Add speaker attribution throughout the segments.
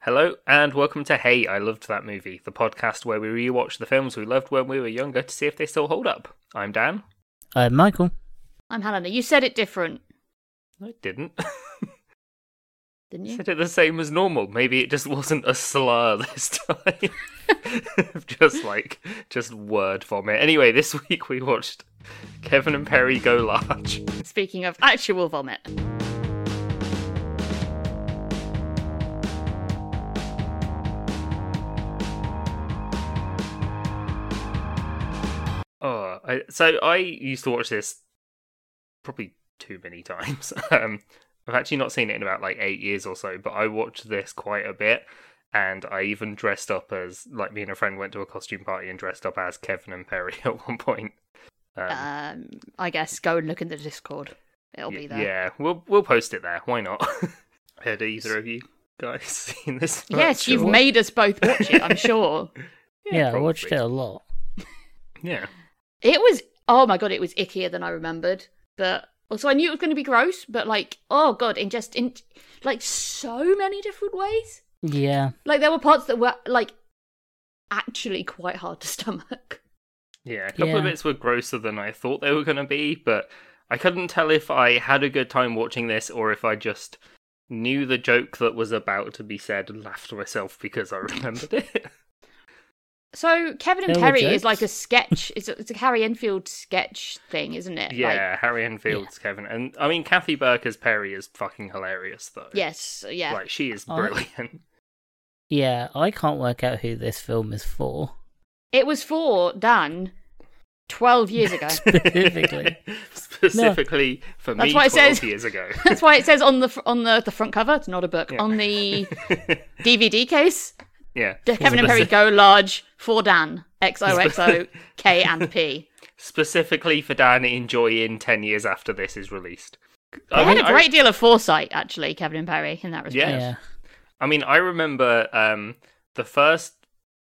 Speaker 1: Hello, and welcome to Hey, I Loved That Movie, the podcast where we rewatch the films we loved when we were younger to see if they still hold up. I'm Dan.
Speaker 2: Uh, Michael.
Speaker 3: I'm Helena. You said it different,
Speaker 1: I didn't.
Speaker 3: didn't you?
Speaker 1: Said it the same as normal. Maybe it just wasn't a slur this time. just like, just word vomit. Anyway, this week we watched Kevin and Perry Go Large.
Speaker 3: Speaking of actual vomit.
Speaker 1: Oh, I, so I used to watch this probably too many times. Um, I've actually not seen it in about like eight years or so, but I watched this quite a bit, and I even dressed up as like me and a friend went to a costume party and dressed up as Kevin and Perry at one point. Um,
Speaker 3: Um, I guess go and look in the Discord. It'll
Speaker 1: y-
Speaker 3: be there.
Speaker 1: Yeah, we'll we'll post it there. Why not? Had either of you guys seen this?
Speaker 3: Yes,
Speaker 1: Not
Speaker 3: you've
Speaker 1: sure.
Speaker 3: made us both watch it. I'm sure.
Speaker 2: Yeah, I watched it
Speaker 1: probably.
Speaker 2: a lot.
Speaker 1: Yeah,
Speaker 3: It was. Oh my god, it was ickier than I remembered. But also, I knew it was going to be gross. But like, oh god, in just in like so many different ways.
Speaker 2: Yeah,
Speaker 3: Like there were parts that were like actually quite hard to stomach.
Speaker 1: yeah. A couple of
Speaker 2: Yeah.
Speaker 1: bits were grosser than I thought they were going to be, but I couldn't tell if I had a good time watching this or if I just knew the joke that was about to be said and laughed to myself because I remembered it.
Speaker 3: So Kevin and
Speaker 2: There were
Speaker 3: Perry is
Speaker 2: jokes.
Speaker 3: like a sketch. It's a, it's a Harry Enfield sketch thing, isn't it? Eh, Like,
Speaker 1: yeah, Harry Enfield's Kevin, and I mean Kathy Burke as Perry is fucking hilarious though.
Speaker 3: yes. Yeah.
Speaker 1: like she is
Speaker 2: Oh.
Speaker 1: brilliant.
Speaker 2: yeah. I can't work out who this film is for.
Speaker 3: It was for Dan 12 years ago.
Speaker 2: Specifically.
Speaker 1: Specifically for
Speaker 3: That's
Speaker 1: me,
Speaker 3: why
Speaker 1: 12
Speaker 3: it says-
Speaker 1: years ago.
Speaker 3: That's why it says on the fr- on the, the front cover, it's not a book,
Speaker 1: Yeah.
Speaker 3: on the DVD case,
Speaker 1: yeah.
Speaker 3: De- Kevin and Perry
Speaker 1: Speci-
Speaker 3: Go Large for Dan, XOXO, K and P.
Speaker 1: Specifically for Dan enjoying 10 years after this is released.
Speaker 3: They had a great deal of foresight, actually, Kevin and Perry, in that respect.
Speaker 1: Yeah. I mean, I remember um, the first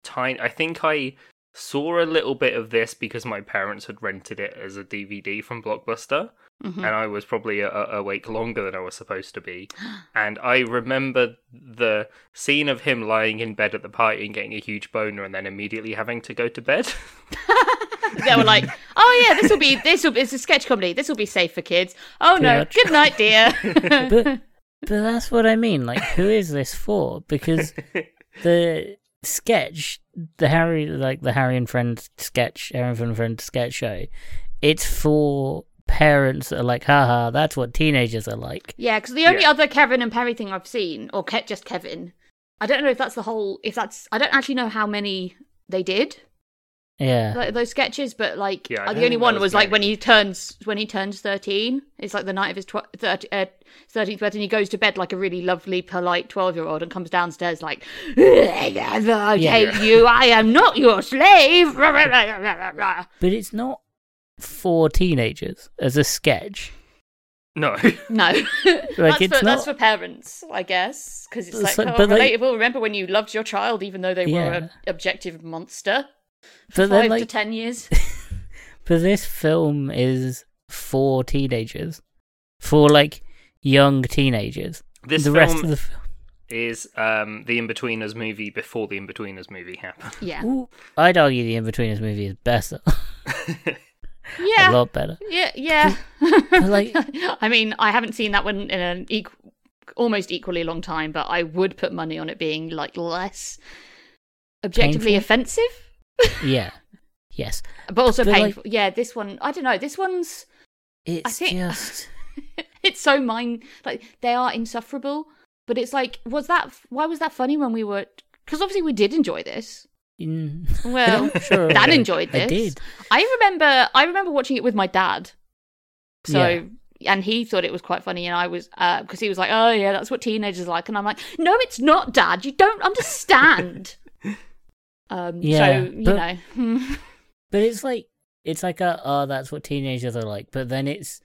Speaker 1: time. I think I saw a little bit of this because my parents had rented it as a DVD from Blockbuster,
Speaker 3: Mhm.
Speaker 2: Mm-hmm.
Speaker 1: and I was probably a- a- awake longer than I was supposed to be. And I remember the scene of him lying in bed at the party and getting a huge boner, and then immediately having to go to bed.
Speaker 3: They were like, "Oh yeah, this will be this will be it's a sketch comedy. This will be safe for kids." Oh no,
Speaker 2: Pretty much.
Speaker 3: good night, dear.
Speaker 2: but but that's what I mean. Like, who is this for? Because the sketch, the Harry, like the Harry and Friend sketch, Harry and Friend- Friend sketch show, it's for parents that are like, haha, that's what teenagers are like.
Speaker 3: Yeah, because the only
Speaker 1: Yeah.
Speaker 3: other Kevin and Perry thing I've seen, or Ke- just Kevin, I don't know if that's the whole. If that's, I don't actually know how many they did
Speaker 2: Yeah,
Speaker 3: like, those sketches, but like
Speaker 1: Yeah, I
Speaker 3: uh,
Speaker 1: don't
Speaker 3: the only
Speaker 1: think that
Speaker 3: one
Speaker 1: was
Speaker 3: was, like
Speaker 1: many.
Speaker 3: when he turns when he turns thirteen. It's like the night of his tw- thirteenth uh, 13th birthday, and he goes to bed like a really lovely, polite twelve-year-old, and comes downstairs like, "I
Speaker 1: Yeah.
Speaker 3: hate you. I am not your slave." no,
Speaker 2: but it's not for teenagers as a sketch.
Speaker 1: no.
Speaker 3: that's, for,
Speaker 2: it's
Speaker 3: that's
Speaker 2: not-
Speaker 3: for parents, I guess, because it's like
Speaker 2: So-
Speaker 3: oh,
Speaker 2: but, like-
Speaker 3: relatable. Remember when you loved your child, even though they were
Speaker 2: Yeah.
Speaker 3: an objective monster for
Speaker 2: But then,
Speaker 3: five to
Speaker 2: like,
Speaker 3: ten years.
Speaker 2: But this film is for teenagers, for like young teenagers.
Speaker 1: This
Speaker 2: the
Speaker 1: film
Speaker 2: rest of the film.
Speaker 1: is um, the Inbetweeners movie before the Inbetweeners movie happened.
Speaker 3: Yeah,
Speaker 2: Ooh, I'd argue the Inbetweeners movie is better, a
Speaker 3: yeah,
Speaker 2: lot better.
Speaker 3: yeah, yeah.
Speaker 2: like-
Speaker 3: I mean, I haven't seen that one in an equ- almost equally long time, but I would put money on it being like less objectively
Speaker 2: Painful?
Speaker 3: offensive,
Speaker 2: Yeah, yes.
Speaker 3: but also
Speaker 2: But, like-
Speaker 3: painful. Yeah, this one, I don't know. This one's
Speaker 2: It's
Speaker 3: think-
Speaker 2: just
Speaker 3: it's so mine like they are insufferable but it's like was that why was that funny when we were because obviously we did enjoy this
Speaker 2: mm,
Speaker 3: well
Speaker 2: I'm sure
Speaker 3: dan
Speaker 2: I-
Speaker 3: enjoyed this
Speaker 2: I did.
Speaker 3: I remember i remember watching it with my dad so
Speaker 2: Yeah.
Speaker 3: and he thought it was quite funny and i was because he was like oh yeah that's what teenagers are like and i'm like no it's not dad you don't understand um
Speaker 2: Yeah,
Speaker 3: so you
Speaker 2: but-
Speaker 3: know
Speaker 2: But it's like it's like a oh that's what teenagers are like. But then it's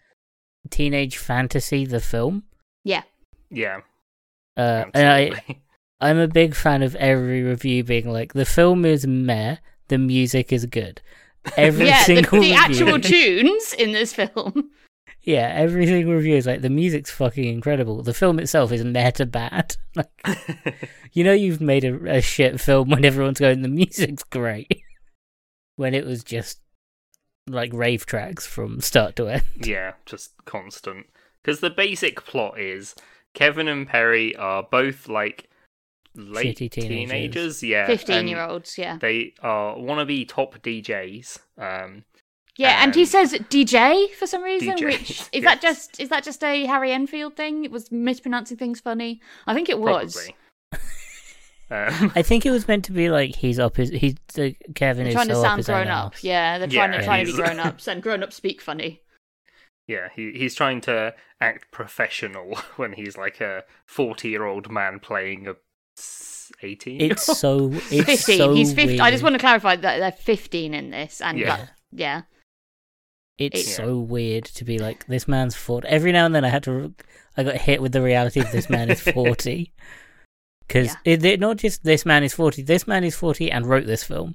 Speaker 2: teenage fantasy the film.
Speaker 3: yeah
Speaker 1: Yeah.
Speaker 2: Uh, and I
Speaker 1: absolutely.
Speaker 2: I'm a big fan of every review being like the film is meh, the music is good. Every
Speaker 3: yeah the,
Speaker 2: single
Speaker 3: the
Speaker 2: review.
Speaker 3: actual tunes in this film
Speaker 2: yeah, every single review is like the music's fucking incredible. The film itself is meta bad. like, you know, you've made a, a shit film when everyone's going, the music's great. when it was just like rave tracks from start to end.
Speaker 1: Yeah, just constant. Because the basic plot is Kevin and Perry are both like late
Speaker 2: Shitty
Speaker 1: teenagers.
Speaker 2: teenagers.
Speaker 1: Yeah, and
Speaker 3: Fifteen-year-olds, yeah,
Speaker 1: They are wannabe top DJs. Um,
Speaker 3: yeah, and he
Speaker 1: and-
Speaker 3: says DJ for some reason,
Speaker 1: DJ,
Speaker 3: which is
Speaker 1: yes.
Speaker 3: that just is that just a Harry Enfield thing? It was mispronouncing things funny. I think it was.
Speaker 1: probably. um,
Speaker 2: I think it was meant to be like he's up his he's the Kevin
Speaker 3: They're
Speaker 2: is
Speaker 3: trying
Speaker 2: so
Speaker 3: to
Speaker 2: up
Speaker 3: sound
Speaker 2: his
Speaker 3: grown
Speaker 2: own
Speaker 3: up.
Speaker 2: arse.
Speaker 3: Yeah, they're trying
Speaker 1: Yeah,
Speaker 3: to trying to be
Speaker 1: he's-
Speaker 3: grown ups, and grown ups speak funny.
Speaker 1: yeah, he, he's trying to act professional when he's like a forty-year-old man playing a eighteen.
Speaker 2: It's so it's
Speaker 3: Fifteen.
Speaker 2: so
Speaker 3: He's fifteen. I just
Speaker 2: weird.
Speaker 3: want to clarify that they're fifteen in this, and
Speaker 1: Yeah.
Speaker 3: that- yeah.
Speaker 2: It's
Speaker 1: Yeah.
Speaker 2: so weird to be like this man's forty. Every now and then, I had to, I got hit with the reality of this man is forty, because
Speaker 3: Yeah.
Speaker 2: it, it- not just this man is forty. This man is forty and wrote this film.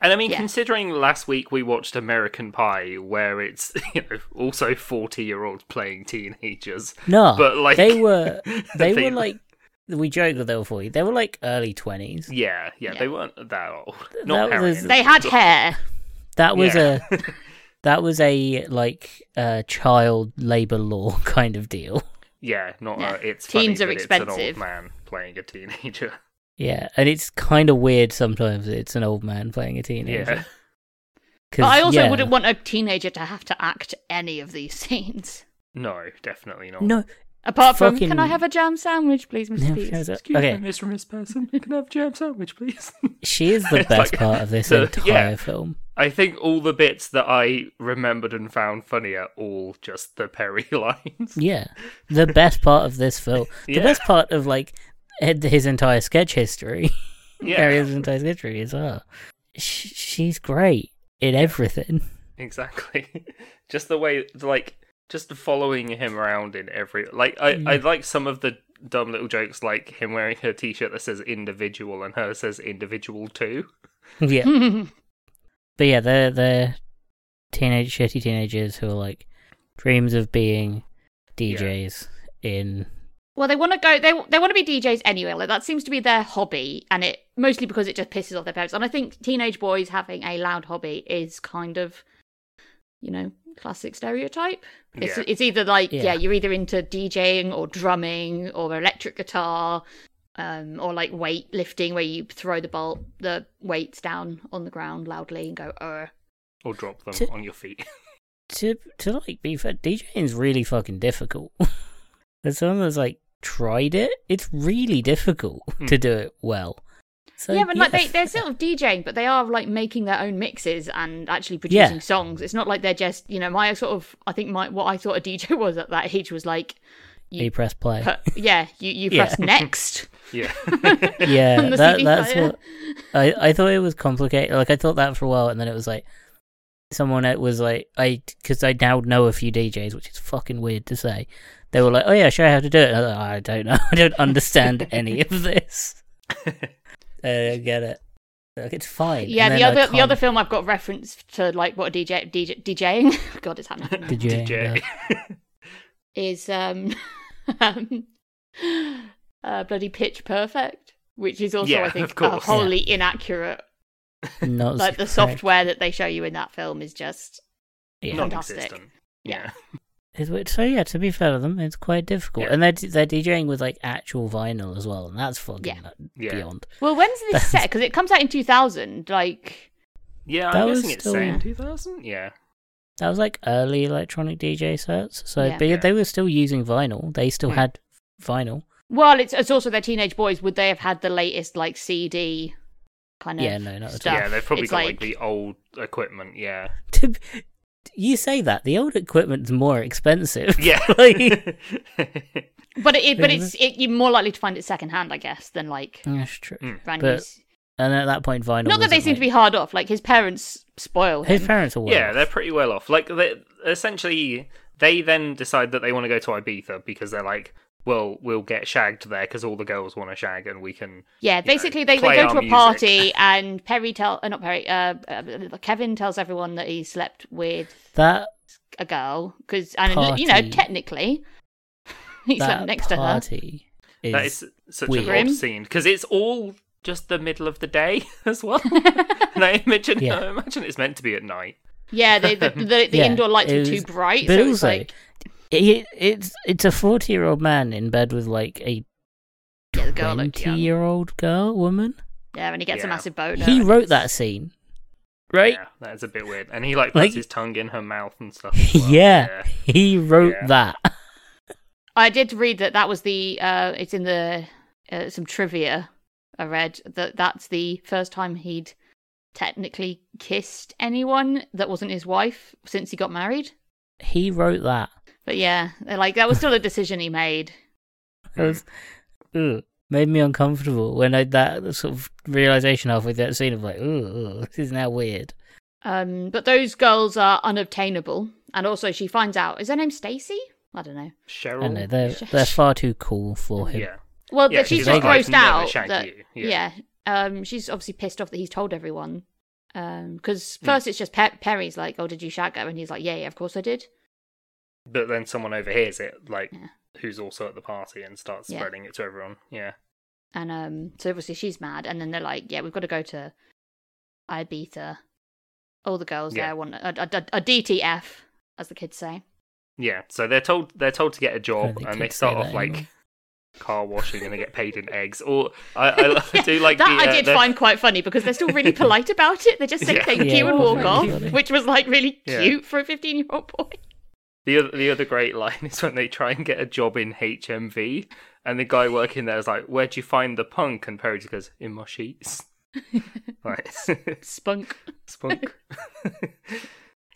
Speaker 1: And I mean,
Speaker 3: Yeah.
Speaker 1: considering last week we watched American Pie, where it's you know also forty-year-olds playing teenagers,
Speaker 2: No,
Speaker 1: but like
Speaker 2: they were, they
Speaker 1: they-
Speaker 2: were like, we joked that they were forty. They were like early twenties.
Speaker 1: yeah, yeah,
Speaker 3: Yeah.
Speaker 1: they weren't that old. Not
Speaker 2: That was-
Speaker 1: Harry.
Speaker 3: They had hair.
Speaker 2: That was
Speaker 1: Yeah.
Speaker 2: a, that was a like uh, child labor law kind of deal.
Speaker 1: Yeah, not
Speaker 3: Yeah.
Speaker 1: uh it's
Speaker 3: Teens
Speaker 1: funny,
Speaker 3: are
Speaker 1: but It's
Speaker 3: expensive.
Speaker 1: an old man playing a teenager.
Speaker 2: Yeah, and it's kind of weird sometimes. that It's an old man playing a teenager.
Speaker 1: Yeah,
Speaker 2: 'Cause,
Speaker 3: But I also
Speaker 2: yeah.
Speaker 3: wouldn't want a teenager to have to act any of these scenes.
Speaker 1: no, definitely not.
Speaker 2: No,
Speaker 3: Apart from, can I
Speaker 2: Fucking-
Speaker 3: have a jam sandwich, please, Mr.
Speaker 2: Yeah,
Speaker 3: Pease?
Speaker 2: because-
Speaker 1: Excuse
Speaker 2: okay.
Speaker 1: me, Mr. and Miss Person, can I have jam sandwich, please?
Speaker 2: She is the
Speaker 1: It's
Speaker 2: best
Speaker 1: like-
Speaker 2: part of this
Speaker 1: so,
Speaker 2: entire
Speaker 1: yeah.
Speaker 2: film.
Speaker 1: I think all the bits that I remembered and found funny are all just the Perry lines.
Speaker 2: Yeah, the best part of this film, the
Speaker 1: Yeah.
Speaker 2: best part of like ed- his entire sketch history,
Speaker 1: Yeah,
Speaker 2: Harry's entire sketch history is her. Sh- she's great in everything.
Speaker 1: exactly. just the way, like, just following him around in every, like, I, I like some of the dumb little jokes, like him wearing her T-shirt that says individual and her says individual too. Hmm.
Speaker 2: yeah,
Speaker 3: Because
Speaker 2: but yeah, they're they're teenage shitty teenagers who are like dreams of being DJs in
Speaker 3: Well, they want to go. They they want to be DJs anyway. Like that seems to be their hobby, and it mostly because it just pisses off their parents. And I think teenage boys having a loud hobby is kind of, you know, classic stereotype. It's
Speaker 1: Yeah.
Speaker 3: it's either like yeah.
Speaker 2: Yeah.
Speaker 3: you're either into DJing or drumming or electric guitar, um, or like weight lifting where you throw the ball the weights down on the ground loudly and go er.
Speaker 1: Or drop them
Speaker 2: To-
Speaker 1: on your feet.
Speaker 2: to to like be fair, DJing's really fucking difficult. As someone that's like tried it, it's really difficult
Speaker 1: Hmm.
Speaker 2: to do it well. So
Speaker 3: yeah, but like they,
Speaker 2: f-
Speaker 3: they're sort of DJing, but they are like making their own mixes and actually
Speaker 2: Yeah.
Speaker 3: producing songs. It's not like they're just, you know, my sort of, I think my what I thought a DJ was at that age was like,
Speaker 2: you press play.
Speaker 3: put, yeah, you, you
Speaker 2: Yeah.
Speaker 3: press next.
Speaker 1: Yeah.
Speaker 2: yeah,
Speaker 3: on the
Speaker 2: that,
Speaker 3: CD
Speaker 2: that's
Speaker 3: player.
Speaker 2: what I I thought it was complicated. Like I thought that for a while, and then it was like someone it was like I because I now know a few DJs, which is fucking weird to say. They were like, "Oh yeah, show you how to do it." And I, was like, I don't know. I don't understand any of this. Uh, I don't get it. Like it's fine.
Speaker 3: Yeah,
Speaker 2: And
Speaker 3: the
Speaker 2: then I
Speaker 3: other the other
Speaker 2: can't
Speaker 3: film I've got reference to like what a DJ, DJ DJing. God, it's happening.
Speaker 2: DJing, yeah.
Speaker 1: DJ.
Speaker 3: is um, um uh, bloody pitch perfect, which is also
Speaker 1: Yeah,
Speaker 3: I think
Speaker 1: of course.
Speaker 3: a wholly inaccurate.
Speaker 2: not
Speaker 3: Like the
Speaker 2: correct.
Speaker 3: software that they show you in that film is just
Speaker 2: Yeah.
Speaker 1: non-existent. Yeah.
Speaker 2: It's weird. So yeah, to be fair to them, it's quite difficult,
Speaker 1: Yeah.
Speaker 2: and they're they're DJing with like actual vinyl as well, and that's fucking
Speaker 3: Yeah.
Speaker 1: Yeah.
Speaker 2: beyond.
Speaker 3: Well, when's this
Speaker 2: That's-
Speaker 3: set? Because it comes out in 2000. Like,
Speaker 1: Yeah,
Speaker 2: That
Speaker 1: I'm
Speaker 2: was
Speaker 1: guessing it's
Speaker 2: still-
Speaker 1: set in 2000. Yeah.
Speaker 2: That was like early electronic DJ sets. So,
Speaker 3: Yeah.
Speaker 2: but yeah,
Speaker 1: Yeah.
Speaker 2: they were still using vinyl. They still
Speaker 1: Hmm.
Speaker 2: had vinyl.
Speaker 3: well, it's it's also their teenage boys. Would they have had the latest like CD kind of?
Speaker 2: Yeah, no, not at all.
Speaker 3: stuff?
Speaker 1: Yeah, they've probably
Speaker 3: It's
Speaker 1: got like... the old equipment. Yeah.
Speaker 2: To, b- you say that the old equipment's more expensive.
Speaker 1: Yeah.
Speaker 2: Like-
Speaker 3: but it, but
Speaker 2: Thing,
Speaker 3: it's it, you're more likely to find it secondhand, I guess, than like
Speaker 2: that's true.
Speaker 1: Mm.
Speaker 3: brand
Speaker 2: But
Speaker 3: new. s-
Speaker 2: And at that point, vinyl.
Speaker 3: Hmm. Not that they
Speaker 2: wasn't,
Speaker 3: seem to be
Speaker 2: like-
Speaker 3: hard off. Like his parents spoil him.
Speaker 2: His parents were. well
Speaker 1: yeah,
Speaker 2: off.
Speaker 1: they're pretty well off. Like, they, essentially, they then decide that they want to go to Ibiza because they're like, well, we'll get shagged there because all the girls want to shag and we can.
Speaker 3: yeah,
Speaker 1: know,
Speaker 3: basically they,
Speaker 1: play
Speaker 3: they go
Speaker 1: our
Speaker 3: to a
Speaker 1: music.
Speaker 3: party and Perry tell uh, not Perry uh, uh, Kevin tells everyone that he slept with
Speaker 2: that
Speaker 3: a girl because and you know
Speaker 2: Party.
Speaker 3: technically he
Speaker 2: that
Speaker 3: slept next to her.
Speaker 2: party is
Speaker 1: That is such
Speaker 2: weird.
Speaker 1: an
Speaker 3: Grim.
Speaker 1: odd scene because it's all just the middle of the day as well. and I imagine,
Speaker 2: Yeah.
Speaker 1: I imagine it's meant to be at night.
Speaker 3: Yeah, they, the the, the
Speaker 2: Yeah,
Speaker 3: indoor lights
Speaker 2: it
Speaker 3: were too
Speaker 2: was-
Speaker 3: bright,
Speaker 2: but
Speaker 3: so it was
Speaker 2: also
Speaker 3: like
Speaker 2: it, it's it's a forty year old man in bed with like a
Speaker 3: yeah, the girl looked
Speaker 2: twenty
Speaker 3: young. Oh,
Speaker 2: year old girl woman.
Speaker 3: Yeah, and he gets a
Speaker 1: Yeah.
Speaker 3: massive boner.
Speaker 2: he
Speaker 3: and
Speaker 2: wrote
Speaker 3: it's-
Speaker 2: that scene, right?
Speaker 1: Yeah, that is a bit weird. And he like puts
Speaker 2: Like-
Speaker 1: his tongue in her mouth and stuff. as
Speaker 2: Yeah,
Speaker 1: well.
Speaker 2: he wrote
Speaker 1: Yeah.
Speaker 2: that.
Speaker 3: I did read that that was the uh, it's in the uh, some trivia I read that that's the first time he'd technically kissed anyone that wasn't his wife since he got married.
Speaker 2: He wrote that.
Speaker 3: But yeah, they're like that was still a decision he made.
Speaker 2: It was, ugh, made me uncomfortable when I that sort of realization halfway through that scene of like, ooh, this is now weird.
Speaker 3: Um, but those girls are unobtainable, and also she finds out is her name Stacy? I don't know.
Speaker 1: Cheryl.
Speaker 2: I know they're they're far too cool for him.
Speaker 1: yeah.
Speaker 3: Well,
Speaker 1: Yeah,
Speaker 3: that she's
Speaker 1: she's
Speaker 3: just
Speaker 1: like,
Speaker 3: grossed
Speaker 1: "Never
Speaker 3: out.
Speaker 1: shank
Speaker 3: That,
Speaker 1: you." Yeah.
Speaker 3: yeah. Um, she's obviously pissed off that he's told everyone.
Speaker 1: Hmm.
Speaker 3: Because first it's just Pe- Perry's like, "Oh, did you shag her?" And he's like, "Yeah, yeah, of course I did."
Speaker 1: But then someone overhears it, like,
Speaker 3: Yeah.
Speaker 1: who's also at the party and starts
Speaker 3: Yeah.
Speaker 1: spreading it to everyone. Yeah.
Speaker 3: And um, so obviously she's mad. And then they're like, "Yeah, we've got to go to Ibiza." All the girls
Speaker 1: Yeah.
Speaker 3: there want a, a, a- a DTF, as the kids say.
Speaker 1: Yeah. So they're told they're told to get a
Speaker 2: I don't
Speaker 1: job
Speaker 2: think
Speaker 1: and they
Speaker 2: kids
Speaker 1: start
Speaker 2: say
Speaker 1: off
Speaker 2: that
Speaker 1: like
Speaker 2: anymore.
Speaker 1: car washing and they get paid in eggs. Or I, I do like
Speaker 3: that.
Speaker 1: the,
Speaker 3: I
Speaker 1: uh,
Speaker 3: did
Speaker 1: the-
Speaker 3: find quite funny because they're still really polite about it. They just say
Speaker 1: Yeah.
Speaker 3: thank
Speaker 2: Yeah,
Speaker 3: you
Speaker 2: it
Speaker 3: and
Speaker 2: was
Speaker 3: walk
Speaker 2: really
Speaker 3: off,
Speaker 2: funny.
Speaker 3: which was like really
Speaker 1: Yeah.
Speaker 3: cute for a fifteen-year-old boy.
Speaker 1: The other, the other great line is when they try and get a job in HMV, and the guy working there is like, "Where'd you find the punk?" And Perry just goes, "In my sheets." like
Speaker 3: Spunk.
Speaker 1: spunk.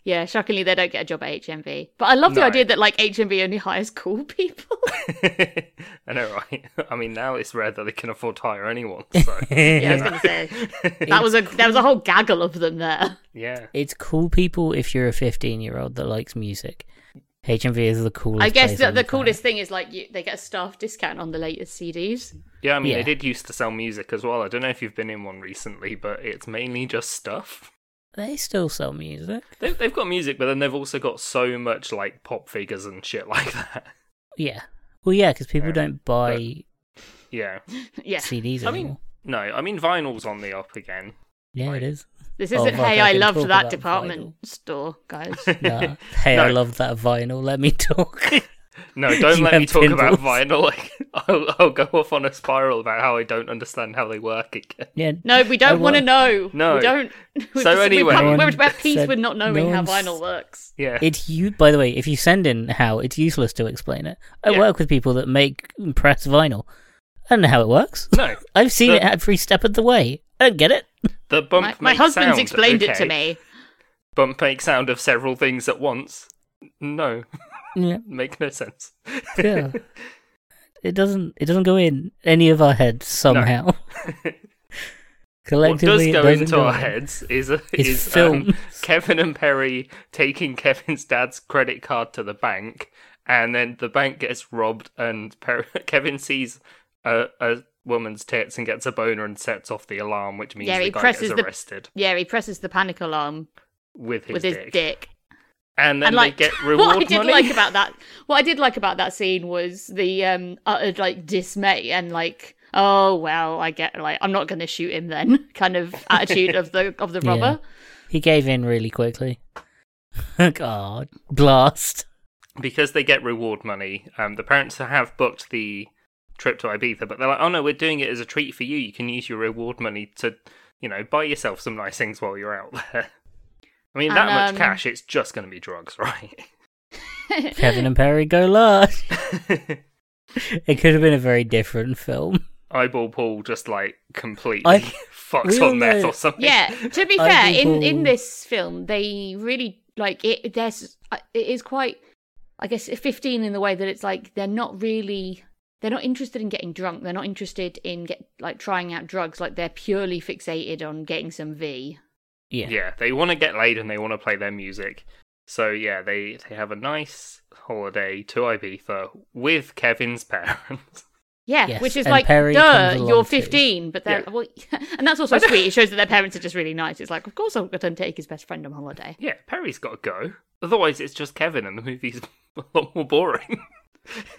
Speaker 3: Yeah, shockingly, they don't get a job at HMV. But I love the
Speaker 1: No.
Speaker 3: idea that like HMV only hires cool people.
Speaker 1: I know, right? I mean, now it's rare that they can afford to hire anyone. So
Speaker 3: yeah, I was gonna say that was a there was a whole gaggle of them there.
Speaker 1: yeah,
Speaker 2: It's cool people if you're a 15 year old that likes music. HMV is the coolest.
Speaker 3: I guess
Speaker 2: place
Speaker 3: the,
Speaker 2: on
Speaker 3: the
Speaker 2: planet.
Speaker 3: coolest thing is like you, they get a staff discount on the latest CDs.
Speaker 1: yeah. I mean,
Speaker 2: Yeah.
Speaker 1: they did used to sell music as well. I don't know if you've been in one recently, but it's mainly just stuff.
Speaker 2: They still sell music.
Speaker 1: They've, they've got music, but then they've also got so much like pop figures and shit like that.
Speaker 2: Yeah. Well, yeah, because people
Speaker 1: Yeah.
Speaker 2: don't buy
Speaker 1: Yeah.
Speaker 3: Yeah,
Speaker 2: CDs
Speaker 1: I
Speaker 2: anymore.
Speaker 1: mean, no, I mean, vinyl's on the up again.
Speaker 2: yeah,
Speaker 1: like-
Speaker 2: it is.
Speaker 3: this
Speaker 2: Oh,
Speaker 3: isn't.
Speaker 2: fuck,
Speaker 3: hey,
Speaker 2: I
Speaker 3: I,
Speaker 2: can
Speaker 3: loved
Speaker 2: talk
Speaker 3: that
Speaker 2: about
Speaker 3: department
Speaker 2: vinyl.
Speaker 3: store, guys.
Speaker 2: Nah. Hey, I
Speaker 1: No.
Speaker 2: love that vinyl. Let me talk.
Speaker 1: No, don't
Speaker 2: You
Speaker 1: let me
Speaker 2: have
Speaker 1: talk about
Speaker 2: pimples.
Speaker 1: vinyl. Like, I'll, I'll go off on a spiral about how I don't understand how they work again.
Speaker 2: yeah.
Speaker 3: No, we don't
Speaker 2: Oh,
Speaker 3: want to
Speaker 2: well.
Speaker 3: know.
Speaker 1: No.
Speaker 3: we don't. We've
Speaker 1: So
Speaker 3: just- we've
Speaker 1: anyway-
Speaker 3: come-
Speaker 1: No
Speaker 3: we're
Speaker 2: one
Speaker 3: at peace
Speaker 2: said-
Speaker 3: with not
Speaker 2: no
Speaker 3: knowing how
Speaker 2: one's-
Speaker 3: vinyl works.
Speaker 1: Yeah.
Speaker 2: It's you. By the way, if you send in how, it's useless to explain it. I
Speaker 1: Yeah.
Speaker 2: work with people that make press vinyl. I don't know how it works.
Speaker 1: no,
Speaker 2: I've seen
Speaker 1: The-
Speaker 2: it every step of the way. I don't get it.
Speaker 1: the bump.
Speaker 3: My, my
Speaker 1: makes
Speaker 3: husband's
Speaker 1: sound,
Speaker 3: explained it to
Speaker 1: okay.
Speaker 3: me.
Speaker 1: Bump makes sound of several things at once. No,
Speaker 2: Yeah.
Speaker 1: make no sense.
Speaker 2: yeah. It doesn't. It doesn't go in any of our heads somehow.
Speaker 1: What does
Speaker 2: Collectively,
Speaker 1: go
Speaker 2: it doesn't
Speaker 1: into
Speaker 2: go
Speaker 1: our
Speaker 2: in.
Speaker 1: heads is is,
Speaker 2: It's
Speaker 1: um,
Speaker 2: films.
Speaker 1: Kevin and Perry taking Kevin's dad's credit card to the bank, and then the bank gets robbed, and Perry, Kevin sees a, a woman's tits and gets a boner and sets off the alarm, which means
Speaker 3: Yeah,
Speaker 1: the
Speaker 3: he
Speaker 1: guy
Speaker 3: presses
Speaker 1: gets
Speaker 3: the-
Speaker 1: arrested
Speaker 3: Yeah, he presses the panic alarm
Speaker 1: with his
Speaker 3: with his
Speaker 1: dick.
Speaker 3: dick.
Speaker 1: And then
Speaker 3: and like
Speaker 1: they get reward
Speaker 3: what I did
Speaker 1: money.
Speaker 3: like about that, what I did like about that scene was the um uttered like dismay and like oh well I get like I'm not going to shoot him then kind of attitude of the of the
Speaker 2: Yeah.
Speaker 3: robber.
Speaker 2: He gave in really quickly. God, blast!
Speaker 1: because they get reward money, um, the parents have booked the trip to Ibiza, but they're like, oh no, we're doing it as a treat for you. You can use your reward money to, you know, buy yourself some nice things while you're out there. I mean, that
Speaker 3: And,
Speaker 1: much
Speaker 3: um,
Speaker 1: cash, it's just going to be drugs, right?
Speaker 2: Kevin and Perry go large. It could have been a very different film.
Speaker 1: Eyeball Paul just like completely
Speaker 2: I-
Speaker 1: fucks
Speaker 2: we all
Speaker 1: on meth
Speaker 2: know-
Speaker 1: or something.
Speaker 3: yeah, to be
Speaker 2: I
Speaker 3: fair, in
Speaker 2: Googled-
Speaker 3: in this film they really like it. There's uh, it is quite I guess 15 in the way that it's like they're not really they're not interested in getting drunk. They're not interested in get like trying out drugs. Like they're purely fixated on getting some V.
Speaker 2: Yeah,
Speaker 1: Yeah, they want to get laid and they want to play their music. So yeah, they they have a nice holiday to Ibiza with Kevin's parents.
Speaker 3: Yeah,
Speaker 2: Yes,
Speaker 3: which is
Speaker 2: and
Speaker 3: like,
Speaker 2: Perry
Speaker 3: duh,
Speaker 2: comes along
Speaker 3: you're
Speaker 2: too.
Speaker 3: 15, but they're
Speaker 1: Yeah.
Speaker 3: well, and that's also sweet. It shows that their parents are just really nice. It's like, of course, I'm going to take his best friend on holiday.
Speaker 1: Yeah, Perry's got to go. Otherwise, it's just Kevin, and the movie's a lot more boring.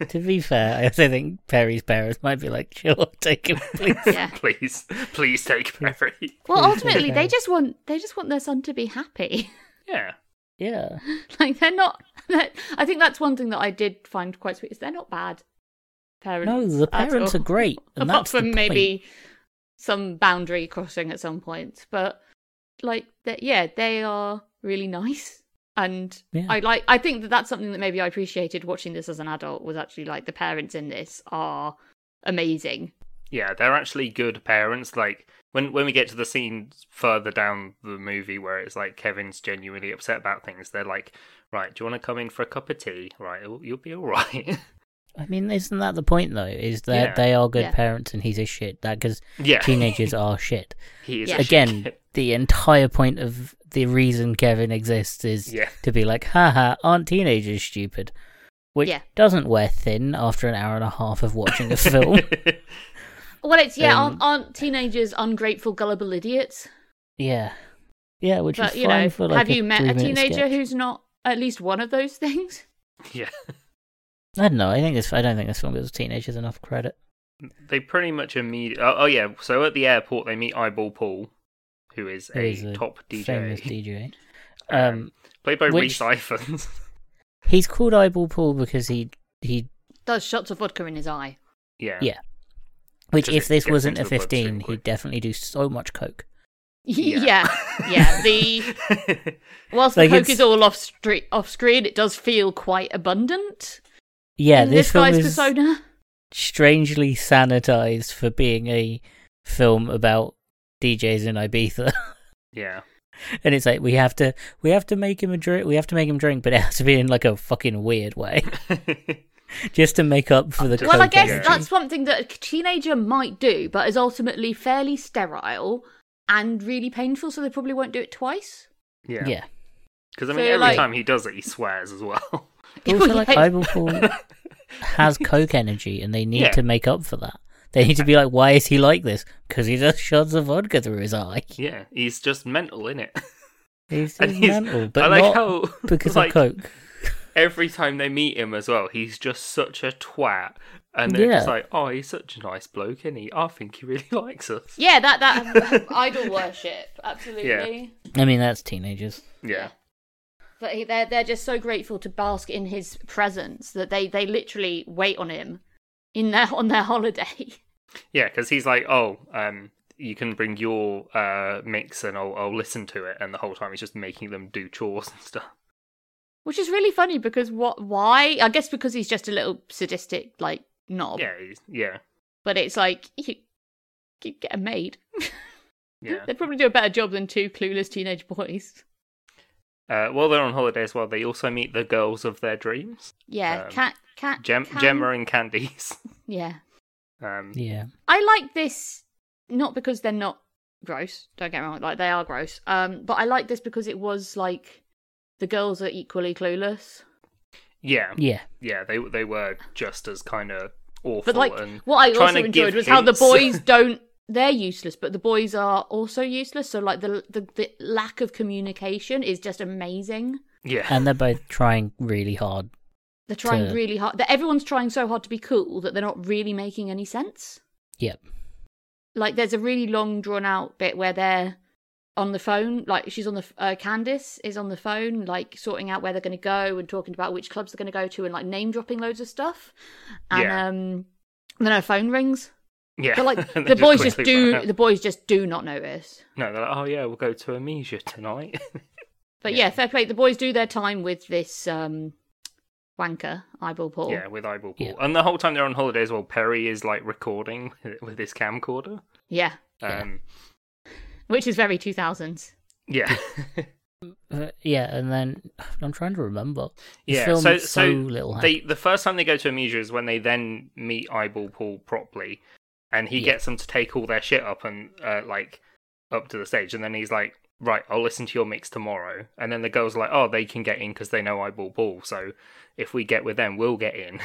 Speaker 2: To be fair, I also think Perry's parents might be like, sure, take him, please.
Speaker 3: Yeah.
Speaker 1: please, please take Perry.
Speaker 3: Well,
Speaker 2: Yeah,
Speaker 3: ultimately,
Speaker 2: okay.
Speaker 3: they just want they just want their son to be happy.
Speaker 1: Yeah,
Speaker 2: yeah.
Speaker 3: like they're not. That, I think that's one thing that I did find quite sweet is they're not bad parents.
Speaker 2: No, the
Speaker 3: at
Speaker 2: parents
Speaker 3: all.
Speaker 2: are great. And
Speaker 3: apart
Speaker 2: that's the
Speaker 3: from
Speaker 2: point.
Speaker 3: maybe some boundary crossing at some point. But like, that, yeah, they are really nice, and
Speaker 2: Yeah.
Speaker 3: I like. I think that that's something that maybe I appreciated watching this as an adult was actually like the parents in this are amazing.
Speaker 1: yeah, they're actually good parents. Like when when we get to the scene further down the movie where it's like Kevin's genuinely upset about things, they're like, "Right, do you want to come in for a cup of tea? Right, you'll, you'll be all right."
Speaker 2: I mean, isn't that the point though? Is that
Speaker 1: Yeah.
Speaker 2: they are good
Speaker 3: Yeah.
Speaker 2: parents and he's a shit. That because
Speaker 1: yeah,
Speaker 2: teenagers are shit.
Speaker 1: he is
Speaker 3: Yeah.
Speaker 1: a shit
Speaker 2: Again,
Speaker 1: kid.
Speaker 2: the entire point of the reason Kevin exists is
Speaker 1: Yeah.
Speaker 2: to be like, haha, aren't teenagers stupid? Which
Speaker 3: Yeah.
Speaker 2: doesn't wear thin after an hour and a half of watching a film.
Speaker 3: Well, it's yeah,
Speaker 2: Um,
Speaker 3: aren't, aren't teenagers ungrateful, gullible idiots?
Speaker 2: yeah, yeah, which
Speaker 3: But
Speaker 2: is
Speaker 3: you
Speaker 2: fine
Speaker 3: know,
Speaker 2: for like
Speaker 3: have
Speaker 2: a
Speaker 3: you met a
Speaker 2: three-minute
Speaker 3: teenager
Speaker 2: sketch.
Speaker 3: who's not at least one of those things?
Speaker 1: yeah,
Speaker 2: I don't know. I think this. I don't think this film gives teenagers enough credit.
Speaker 1: they pretty much immediately. Oh, oh yeah, so at the airport they meet Eyeball Paul, who is
Speaker 2: It
Speaker 1: a
Speaker 2: is a
Speaker 1: top DJ,
Speaker 2: Famous DJ.
Speaker 1: Um,
Speaker 2: Um,
Speaker 1: played by
Speaker 2: which-
Speaker 1: Reese Iphans.
Speaker 2: he's called Eyeball Paul because he he
Speaker 3: Does shots of vodka in his eye?
Speaker 1: yeah,
Speaker 2: yeah. Which,
Speaker 1: 'Cause
Speaker 2: if
Speaker 1: it
Speaker 2: this
Speaker 1: gets
Speaker 2: wasn't a
Speaker 1: into the bloodstream
Speaker 2: fifteen, he'd
Speaker 1: quick.
Speaker 2: definitely do so much coke.
Speaker 3: Yeah, yeah. The whilst
Speaker 2: Like,
Speaker 3: the coke
Speaker 2: it's-
Speaker 3: is all off street, off screen, it does feel quite abundant.
Speaker 2: Yeah,
Speaker 3: in
Speaker 2: this,
Speaker 3: this,
Speaker 2: film
Speaker 3: guy's
Speaker 2: is
Speaker 3: persona.
Speaker 2: strangely sanitized for being a film about DJs in Ibiza,
Speaker 1: yeah.
Speaker 2: and it's like we have to we have to make him a drink. We have to make him drink, but it has to be in like a fucking weird way, just to make up for the.
Speaker 3: Well, I
Speaker 2: coke
Speaker 3: guess
Speaker 2: energy.
Speaker 3: that's something that a teenager might do, but is ultimately fairly sterile and really painful, so they probably won't do it twice.
Speaker 1: yeah,
Speaker 2: yeah.
Speaker 1: Because I mean,
Speaker 3: So,
Speaker 1: every
Speaker 3: like-
Speaker 1: time he does it, he swears as well.
Speaker 2: Also, like
Speaker 3: Yeah.
Speaker 2: Eyeball Paul has coke energy, and they need
Speaker 1: Yeah.
Speaker 2: to make up for that. They need to be like, why is he like this? Because he just shoves a vodka through his eye.
Speaker 1: yeah, he's just mental in it.
Speaker 2: He's,
Speaker 1: And
Speaker 2: he's
Speaker 1: he's-
Speaker 2: mental, but
Speaker 1: I like
Speaker 2: not
Speaker 1: how,
Speaker 2: because
Speaker 1: like-
Speaker 2: of coke.
Speaker 1: Every time they meet him as well, he's just such a twat, and they're just
Speaker 2: Yeah.
Speaker 1: like, "Oh, he's such a nice bloke, isn't he? I think he really likes us."
Speaker 3: Yeah, that that um, idol worship, absolutely.
Speaker 2: I mean, that's teenagers.
Speaker 1: Yeah,
Speaker 3: But he, they're they're just so grateful to bask in his presence that they they literally wait on him in their on their holiday.
Speaker 1: yeah, because he's like, "Oh, um, you can bring your uh mix, and I'll I'll listen to it." And the whole time he's just making them do chores and stuff.
Speaker 3: Which is really funny because what? Why? I guess because he's just a little sadistic, like knob.
Speaker 1: Yeah, he's, yeah,
Speaker 3: But it's like you, you get a maid.
Speaker 1: yeah.
Speaker 3: They'd probably do a better job than two clueless teenage boys.
Speaker 1: Uh, while they're on holiday as well, they also meet the girls of their dreams,
Speaker 3: Yeah,
Speaker 1: Um,
Speaker 3: cat, cat,
Speaker 1: Gem-
Speaker 3: Cam-
Speaker 1: Gemma and Candice.
Speaker 3: Yeah,
Speaker 1: Um,
Speaker 2: Yeah.
Speaker 3: I like this not because they're not gross. Don't get me wrong; like they are gross. Um, but I like this because it was like the girls are equally clueless.
Speaker 1: yeah,
Speaker 2: Yeah.
Speaker 1: yeah, they they were just as kind of awful.
Speaker 3: But like,
Speaker 1: and
Speaker 3: what I
Speaker 1: trying
Speaker 3: also
Speaker 1: to
Speaker 3: enjoyed
Speaker 1: give
Speaker 3: was how the
Speaker 1: hints.
Speaker 3: boys don't. They're useless, but the boys are also useless. So like the the, the lack of communication is just amazing.
Speaker 1: yeah,
Speaker 2: And they're both trying really hard.
Speaker 3: They're trying
Speaker 2: To-
Speaker 3: really hard. That everyone's trying so hard to be cool that they're not really making any sense.
Speaker 2: Yep.
Speaker 3: Like there's a really long drawn out bit where they're on the phone. Like she's on the f- uh, Candice is on the phone, like sorting out where they're going to go and talking about which clubs they're going to go to and like name dropping loads of stuff. And
Speaker 1: Yeah.
Speaker 3: um, then her phone rings.
Speaker 1: yeah.
Speaker 3: But like
Speaker 1: And
Speaker 3: the
Speaker 1: they
Speaker 3: boys just
Speaker 1: quickly run
Speaker 3: do
Speaker 1: out.
Speaker 3: the boys just do not notice.
Speaker 1: No, they're like, oh yeah, we'll go to Amnesia tonight.
Speaker 3: But
Speaker 1: Yeah.
Speaker 3: yeah, fair play. The boys do their time with this um wanker eyeball Paul.
Speaker 1: yeah, with eyeball Paul.
Speaker 2: Yeah.
Speaker 1: And the whole time they're on holiday as well, Perry is like recording with- with his camcorder.
Speaker 3: yeah,
Speaker 2: Yeah.
Speaker 1: Um,
Speaker 3: which is very two thousands.
Speaker 1: yeah,
Speaker 2: Uh, yeah, and then I'm trying to remember. This
Speaker 1: yeah.
Speaker 2: film
Speaker 1: So
Speaker 2: is so,
Speaker 1: so
Speaker 2: little.
Speaker 1: they the first time they go to Amnesia is when they then meet eyeball Paul properly, and he
Speaker 2: Yeah.
Speaker 1: gets them to take all their shit up and uh, like up to the stage, and then he's like. Right, I'll listen to your mix tomorrow. And then the girls are like, oh, they can get in because they know eyeball Paul. So if we get with them, we'll get in.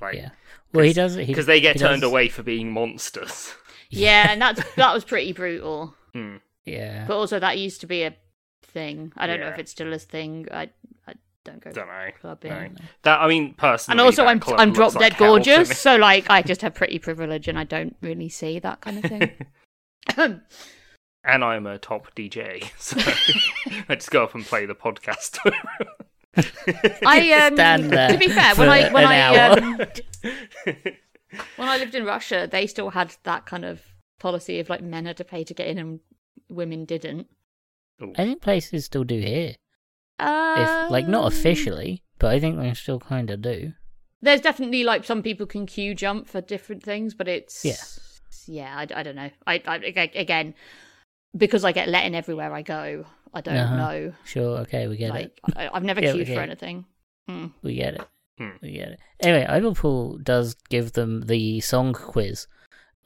Speaker 1: Like,
Speaker 2: yeah. Well, he does.
Speaker 1: because they get turned
Speaker 2: away.
Speaker 1: away for being monsters.
Speaker 3: Yeah, and that's that was pretty brutal.
Speaker 1: Hmm.
Speaker 2: Yeah.
Speaker 3: But also, that used to be a thing. I don't know
Speaker 1: Yeah.
Speaker 3: if it's still a thing. I I don't go
Speaker 1: Don't know.
Speaker 3: clubbing.
Speaker 1: No. That I mean, personally,
Speaker 3: And also,
Speaker 1: that
Speaker 3: I'm
Speaker 1: club
Speaker 3: I'm
Speaker 1: looks
Speaker 3: drop
Speaker 1: like
Speaker 3: dead
Speaker 1: hell to me.
Speaker 3: gorgeous, so like I just have pretty privilege, and I don't really see that kind of Um, thing.
Speaker 1: and I'm a top DJ, so I just go up and play the podcast.
Speaker 3: I um,
Speaker 2: Stand there
Speaker 3: to be fair,
Speaker 2: for
Speaker 3: when I when
Speaker 2: an
Speaker 3: I
Speaker 2: hour.
Speaker 3: um, when I lived in Russia, they still had that kind of policy of like men had to pay to get in and women didn't.
Speaker 2: I think places still do here.
Speaker 3: Um,
Speaker 2: If like not officially, but I think they still kind of do.
Speaker 3: There's definitely like some people can queue jump for different things, but it's
Speaker 2: Yeah.
Speaker 3: yeah. I, I don't know. I, I ag- again because I get let in everywhere I go. I don't
Speaker 2: Uh-huh.
Speaker 3: know.
Speaker 2: Sure. Okay, we get it.
Speaker 3: like I, I've never
Speaker 2: Yeah,
Speaker 3: queued
Speaker 2: okay.
Speaker 3: for anything. Mm.
Speaker 2: We get it.
Speaker 1: Hmm.
Speaker 2: We get it. Anyway, Iberpool does give them the song quiz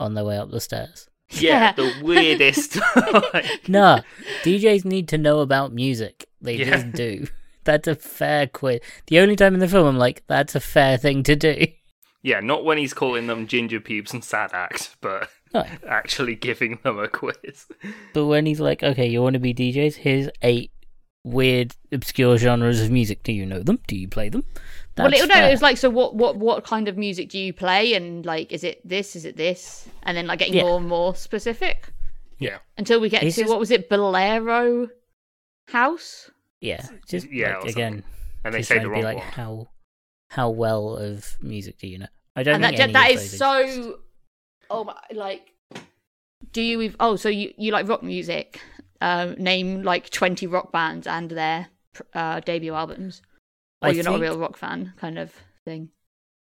Speaker 2: on their way up the stairs.
Speaker 1: yeah, the weirdest. like,
Speaker 2: Nah, DJs need to know about music. They
Speaker 1: Yeah.
Speaker 2: just do. That's a fair quiz. The only time in the film I'm like, that's a fair thing to do.
Speaker 1: yeah, not when he's calling them ginger pubes and sad acts, but
Speaker 2: No.
Speaker 1: actually giving them a quiz.
Speaker 2: But when he's like, okay, you want to be DJs? Here's eight weird, obscure genres of music. Do you know them? Do you play them?
Speaker 3: Well,
Speaker 2: That's
Speaker 3: it, no,
Speaker 2: fair.
Speaker 3: it was like so. What what what kind of music do you play? And like, is it this? Is it this? And then like getting
Speaker 2: Yeah.
Speaker 3: more and more specific
Speaker 1: Yeah,
Speaker 3: until we get
Speaker 2: It's
Speaker 3: to
Speaker 2: just-
Speaker 3: what was it, Bolero House?
Speaker 2: yeah, just
Speaker 1: Yeah,
Speaker 2: like,
Speaker 1: or
Speaker 2: again,
Speaker 1: and they
Speaker 2: just
Speaker 1: say the
Speaker 2: trying to
Speaker 1: wrong
Speaker 2: be like,
Speaker 1: one.
Speaker 2: how how well of music do you know? I don't
Speaker 3: and
Speaker 2: think
Speaker 3: that
Speaker 2: any
Speaker 3: that
Speaker 2: of
Speaker 3: is
Speaker 2: those exist.
Speaker 3: so. Oh my! Like, do you? ev- Oh, so you you like rock music? Um, name like twenty rock bands and their uh, debut albums, or
Speaker 2: I
Speaker 3: you're not a
Speaker 2: think-
Speaker 3: real rock fan, kind of thing.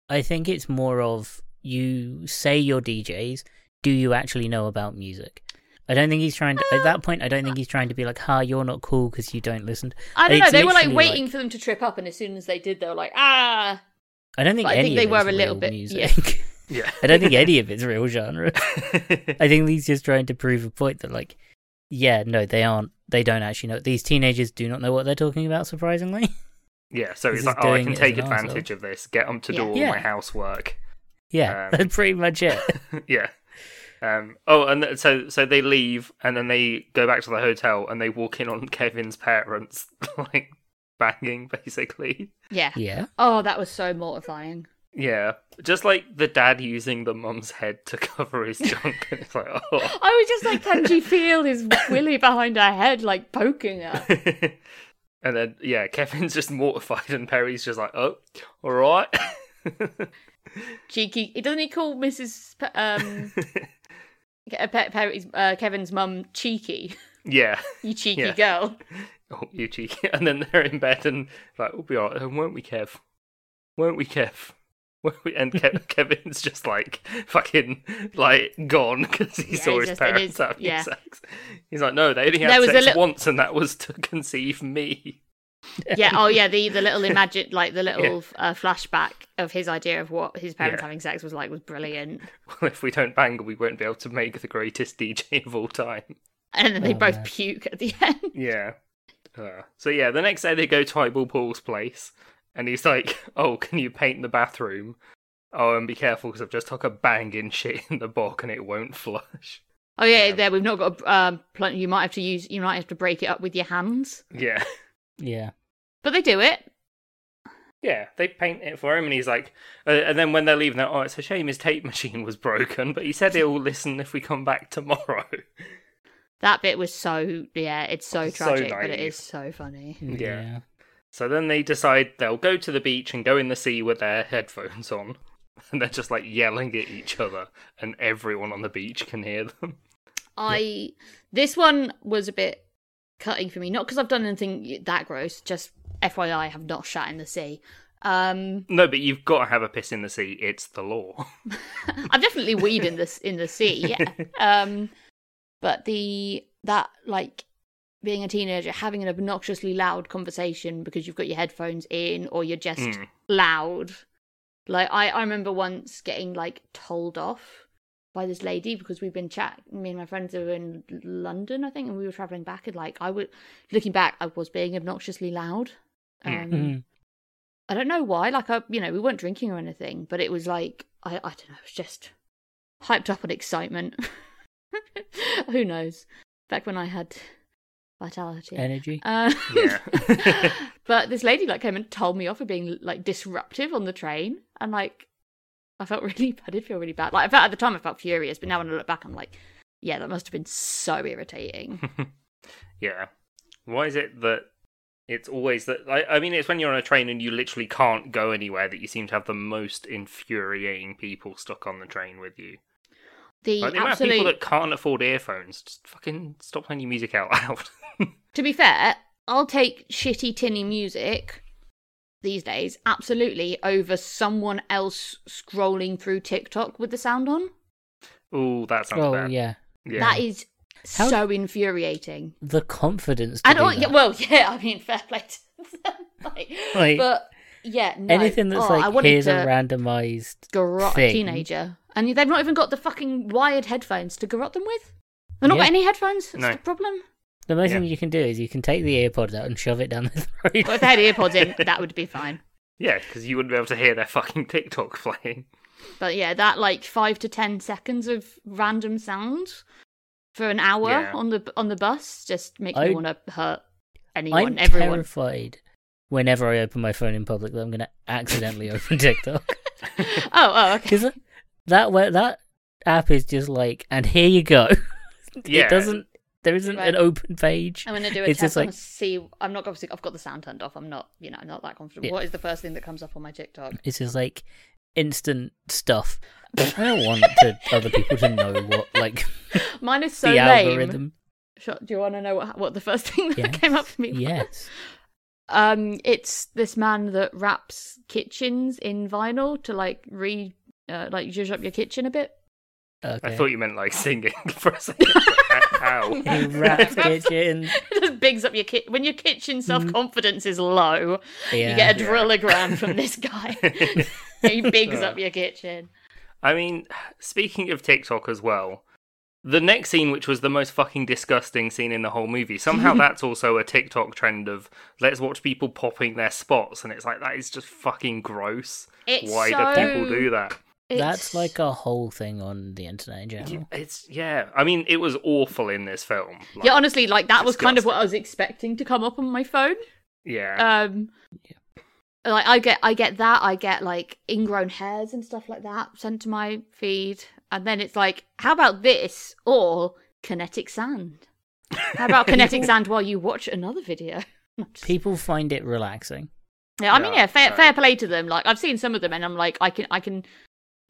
Speaker 2: I think it's more of you say you're DJs. Do you actually know about music? I don't think he's trying to. At that point, I don't think he's trying to be like, "Ha, you're not cool because you don't listen."
Speaker 3: I don't know.
Speaker 2: It's
Speaker 3: They were like
Speaker 2: literally,
Speaker 3: waiting for them to trip up, and as soon as they did, they were like, ah.
Speaker 2: I don't think
Speaker 3: But I
Speaker 2: any
Speaker 3: think
Speaker 2: of
Speaker 3: they were
Speaker 2: it's
Speaker 3: a little
Speaker 2: real
Speaker 3: bit-
Speaker 2: music.
Speaker 1: Yeah,
Speaker 2: I don't think any of it's real genre.
Speaker 1: think.
Speaker 2: I think he's just trying to prove a point that, like, yeah, no, they aren't. They don't actually know. These teenagers do not know what they're talking about. Surprisingly,
Speaker 1: yeah, so he's
Speaker 2: This is
Speaker 1: like, oh, I
Speaker 2: doing
Speaker 1: can
Speaker 2: it as
Speaker 1: take
Speaker 2: an
Speaker 1: advantage of this. Get them to do
Speaker 3: Yeah.
Speaker 1: all
Speaker 2: Yeah.
Speaker 1: my housework.
Speaker 2: yeah,
Speaker 1: Um,
Speaker 2: that's pretty much it.
Speaker 1: yeah. Um, oh, and th- so so they leave, and then they go back to the hotel, and they walk in on Kevin's parents, like banging, basically.
Speaker 3: Yeah.
Speaker 2: yeah,
Speaker 3: Oh, that was so mortifying.
Speaker 1: Yeah, just like the dad using the mum's head to cover his junk, and it's like, oh,
Speaker 3: I was just like, can she feel his willy behind her head, like poking her?
Speaker 1: and then yeah, Kevin's just mortified, and Perry's just like, oh, all right,
Speaker 3: Cheeky. Doesn't he call Mrs. P- um, Ke- Pe- Perry's, uh, Kevin's mum cheeky?
Speaker 1: yeah,
Speaker 3: You cheeky
Speaker 1: Yeah.
Speaker 3: girl.
Speaker 1: oh, you cheeky. And then they're in bed, and like, we'll be all right, won't we, Kev? Won't we, Kev? Won't we? And Kev- Kevin's just like fucking like gone because he
Speaker 3: Yeah,
Speaker 1: saw
Speaker 3: he's
Speaker 1: his
Speaker 3: just in
Speaker 1: parents
Speaker 3: his-
Speaker 1: having
Speaker 3: yeah.
Speaker 1: sex. He's like, no, they only had
Speaker 3: There was a
Speaker 1: sex
Speaker 3: lit-
Speaker 1: once, and that was to conceive me.
Speaker 3: Yeah. Oh, yeah. The the little imagine, like the little uh, flashback of his idea of what his parents
Speaker 1: Yeah.
Speaker 3: having sex was like was brilliant.
Speaker 1: well, if we don't bang, we won't be able to make the greatest DJ of all time.
Speaker 3: And then they
Speaker 2: Oh,
Speaker 3: both
Speaker 2: man.
Speaker 3: puke at the end.
Speaker 1: Yeah. Uh, so yeah, the next day they go to Eyeball Paul's place, and he's like, "Oh, can you paint the bathroom? Oh, and be careful because I've just took a banging shit in the bog and it won't flush."
Speaker 3: Oh yeah,
Speaker 1: Yeah.
Speaker 3: there we've not got a um, plenty. You might have to use. You might have to break it up with your hands.
Speaker 1: Yeah,
Speaker 2: yeah.
Speaker 3: But they do it.
Speaker 1: yeah, they paint it for him, and he's like, uh, and then when they're leaving, they're, "Oh, it's a shame his tape machine was broken, but he said he'll listen if we come back tomorrow."
Speaker 3: That bit was so yeah, it's so
Speaker 1: It's so
Speaker 3: tragic, but it
Speaker 1: naive.
Speaker 3: is so funny.
Speaker 1: Yeah. So then they decide they'll go to the beach and go in the sea with their headphones on. And they're just like yelling at each other, and everyone on the beach can hear them.
Speaker 3: I this one was a bit cutting for me, not because I've done anything that gross. Just FYI, I have not shat in the sea. Um,
Speaker 1: No, but you've got to have a piss in the sea. It's the law.
Speaker 3: I've definitely weed in this in the sea, yeah. Um, but the that like being a teenager, having an obnoxiously loud conversation because you've got your headphones in or you're just
Speaker 1: Mm.
Speaker 3: loud. Like I, I remember once getting like told off by this lady because we've been chat. Me and my friends were in London, I think, and we were traveling
Speaker 2: Hmm.
Speaker 3: back. And like I would, looking back, I was being obnoxiously loud. Um,
Speaker 1: Mm.
Speaker 2: Mhm.
Speaker 3: I don't know why. Like, I, you know, we weren't drinking or anything, but it was like, I, I don't know, it was just hyped up on excitement. Who knows? Back when I had vitality.
Speaker 2: Energy.
Speaker 3: Uh,
Speaker 1: Yeah.
Speaker 3: but this lady like came and told me off for being like disruptive on the train, and like I felt really, I did feel really bad. Like I felt at the time, I felt furious, but now when I look back, I'm like, yeah, that must have been so irritating.
Speaker 1: yeah. Why is it that it's always that? I, I mean, it's when you're on a train and you literally can't go anywhere that you seem to have the most infuriating people stuck on the train with you.
Speaker 3: The
Speaker 1: Like, the amount of people
Speaker 3: absolute.
Speaker 1: that can't afford earphones, just fucking stop playing your music out loud.
Speaker 3: To be fair, I'll take shitty tinny music these days absolutely over someone else scrolling through TikTok with the sound on.
Speaker 1: oh, that sounds
Speaker 2: Oh
Speaker 1: bad.
Speaker 2: yeah,
Speaker 1: Yeah.
Speaker 3: That is
Speaker 2: How-
Speaker 3: so infuriating.
Speaker 2: the confidence. To
Speaker 3: I
Speaker 2: do
Speaker 3: don't. Yeah,
Speaker 2: that.
Speaker 3: well, yeah. I mean, fair play. To them. like,
Speaker 2: Like,
Speaker 3: but yeah, no.
Speaker 2: Anything that's
Speaker 3: Oh, I
Speaker 2: like
Speaker 3: wanted
Speaker 2: here's
Speaker 3: to
Speaker 2: a randomized.
Speaker 3: garrot
Speaker 2: thing.
Speaker 3: a teenager, and they've not even got the fucking wired headphones to garrot them with. They've not
Speaker 2: Yeah.
Speaker 3: got any headphones. That's
Speaker 1: No.
Speaker 3: the problem.
Speaker 2: The most
Speaker 1: Yeah.
Speaker 2: thing you can do is you can take the earpod out and shove it down the throat.
Speaker 3: Well, if they had earpods in, that would be fine.
Speaker 1: Yeah, because you wouldn't be able to hear their fucking TikTok playing.
Speaker 3: But yeah, that like five to ten seconds of random sound for an hour
Speaker 1: Yeah.
Speaker 3: on the on the bus just makes
Speaker 2: I-
Speaker 3: me want to hurt anyone,
Speaker 2: I'm
Speaker 3: everyone.
Speaker 2: terrified whenever I open my phone in public that I'm going to accidentally open TikTok
Speaker 3: Oh, oh, okay.
Speaker 2: because that way that app is just like, and here you go.
Speaker 1: Yeah.
Speaker 2: It doesn't. There isn't
Speaker 3: Right.
Speaker 2: an open page.
Speaker 3: I'm gonna do a
Speaker 2: It's
Speaker 3: test.
Speaker 2: just
Speaker 3: I'm
Speaker 2: like-
Speaker 3: gonna see. I'm not obviously. I've got the sound turned off. I'm not. You know, I'm not that confident.
Speaker 2: Yeah.
Speaker 3: What is the first thing that comes up on my TikTok?
Speaker 2: It's just like instant stuff. I don't want to, other people to know what like
Speaker 3: Mine is so
Speaker 2: the
Speaker 3: lame.
Speaker 2: algorithm.
Speaker 3: Sh- Do you want to know what what the first thing that
Speaker 2: Yeah.
Speaker 3: came up for me? was?
Speaker 2: Yes.
Speaker 3: Um, it's this man that wraps kitchens in vinyl to like re uh, like zhuzh up your kitchen a bit.
Speaker 2: Okay.
Speaker 1: I thought you meant like singing for a second. How?
Speaker 2: He wrapped kitchen.
Speaker 3: It just bigs up your kit when your kitchen self confidence is low.
Speaker 2: Mm. Yeah.
Speaker 3: You get a
Speaker 1: Yeah.
Speaker 3: drillogram from this guy. he bigs up your kitchen.
Speaker 1: I mean, speaking of TikTok as well, the next scene, which was the most fucking disgusting scene in the whole movie, somehow that's also a TikTok trend of let's watch people popping their spots, and it's like that is just fucking gross.
Speaker 3: It's
Speaker 1: Why
Speaker 3: so,
Speaker 1: do people do that?
Speaker 3: it's-
Speaker 2: That's like a whole thing on the internet in general.
Speaker 1: It's yeah. I mean, it was awful in this film. Like,
Speaker 3: yeah, honestly, like that was kind of
Speaker 1: disgusting.
Speaker 3: what I was expecting to come up on my phone.
Speaker 1: yeah,
Speaker 3: Um, like I get, I get that. I get like ingrown hairs and stuff like that sent to my feed, and then it's like, how about this or kinetic sand? How about kinetic sand while you watch another video? I'm just-
Speaker 2: People find it relaxing.
Speaker 3: yeah, I mean,
Speaker 1: Yeah,
Speaker 3: yeah, fair,
Speaker 1: no.
Speaker 3: fair play to them. Like I've seen some of them, and I'm like, I can, I can,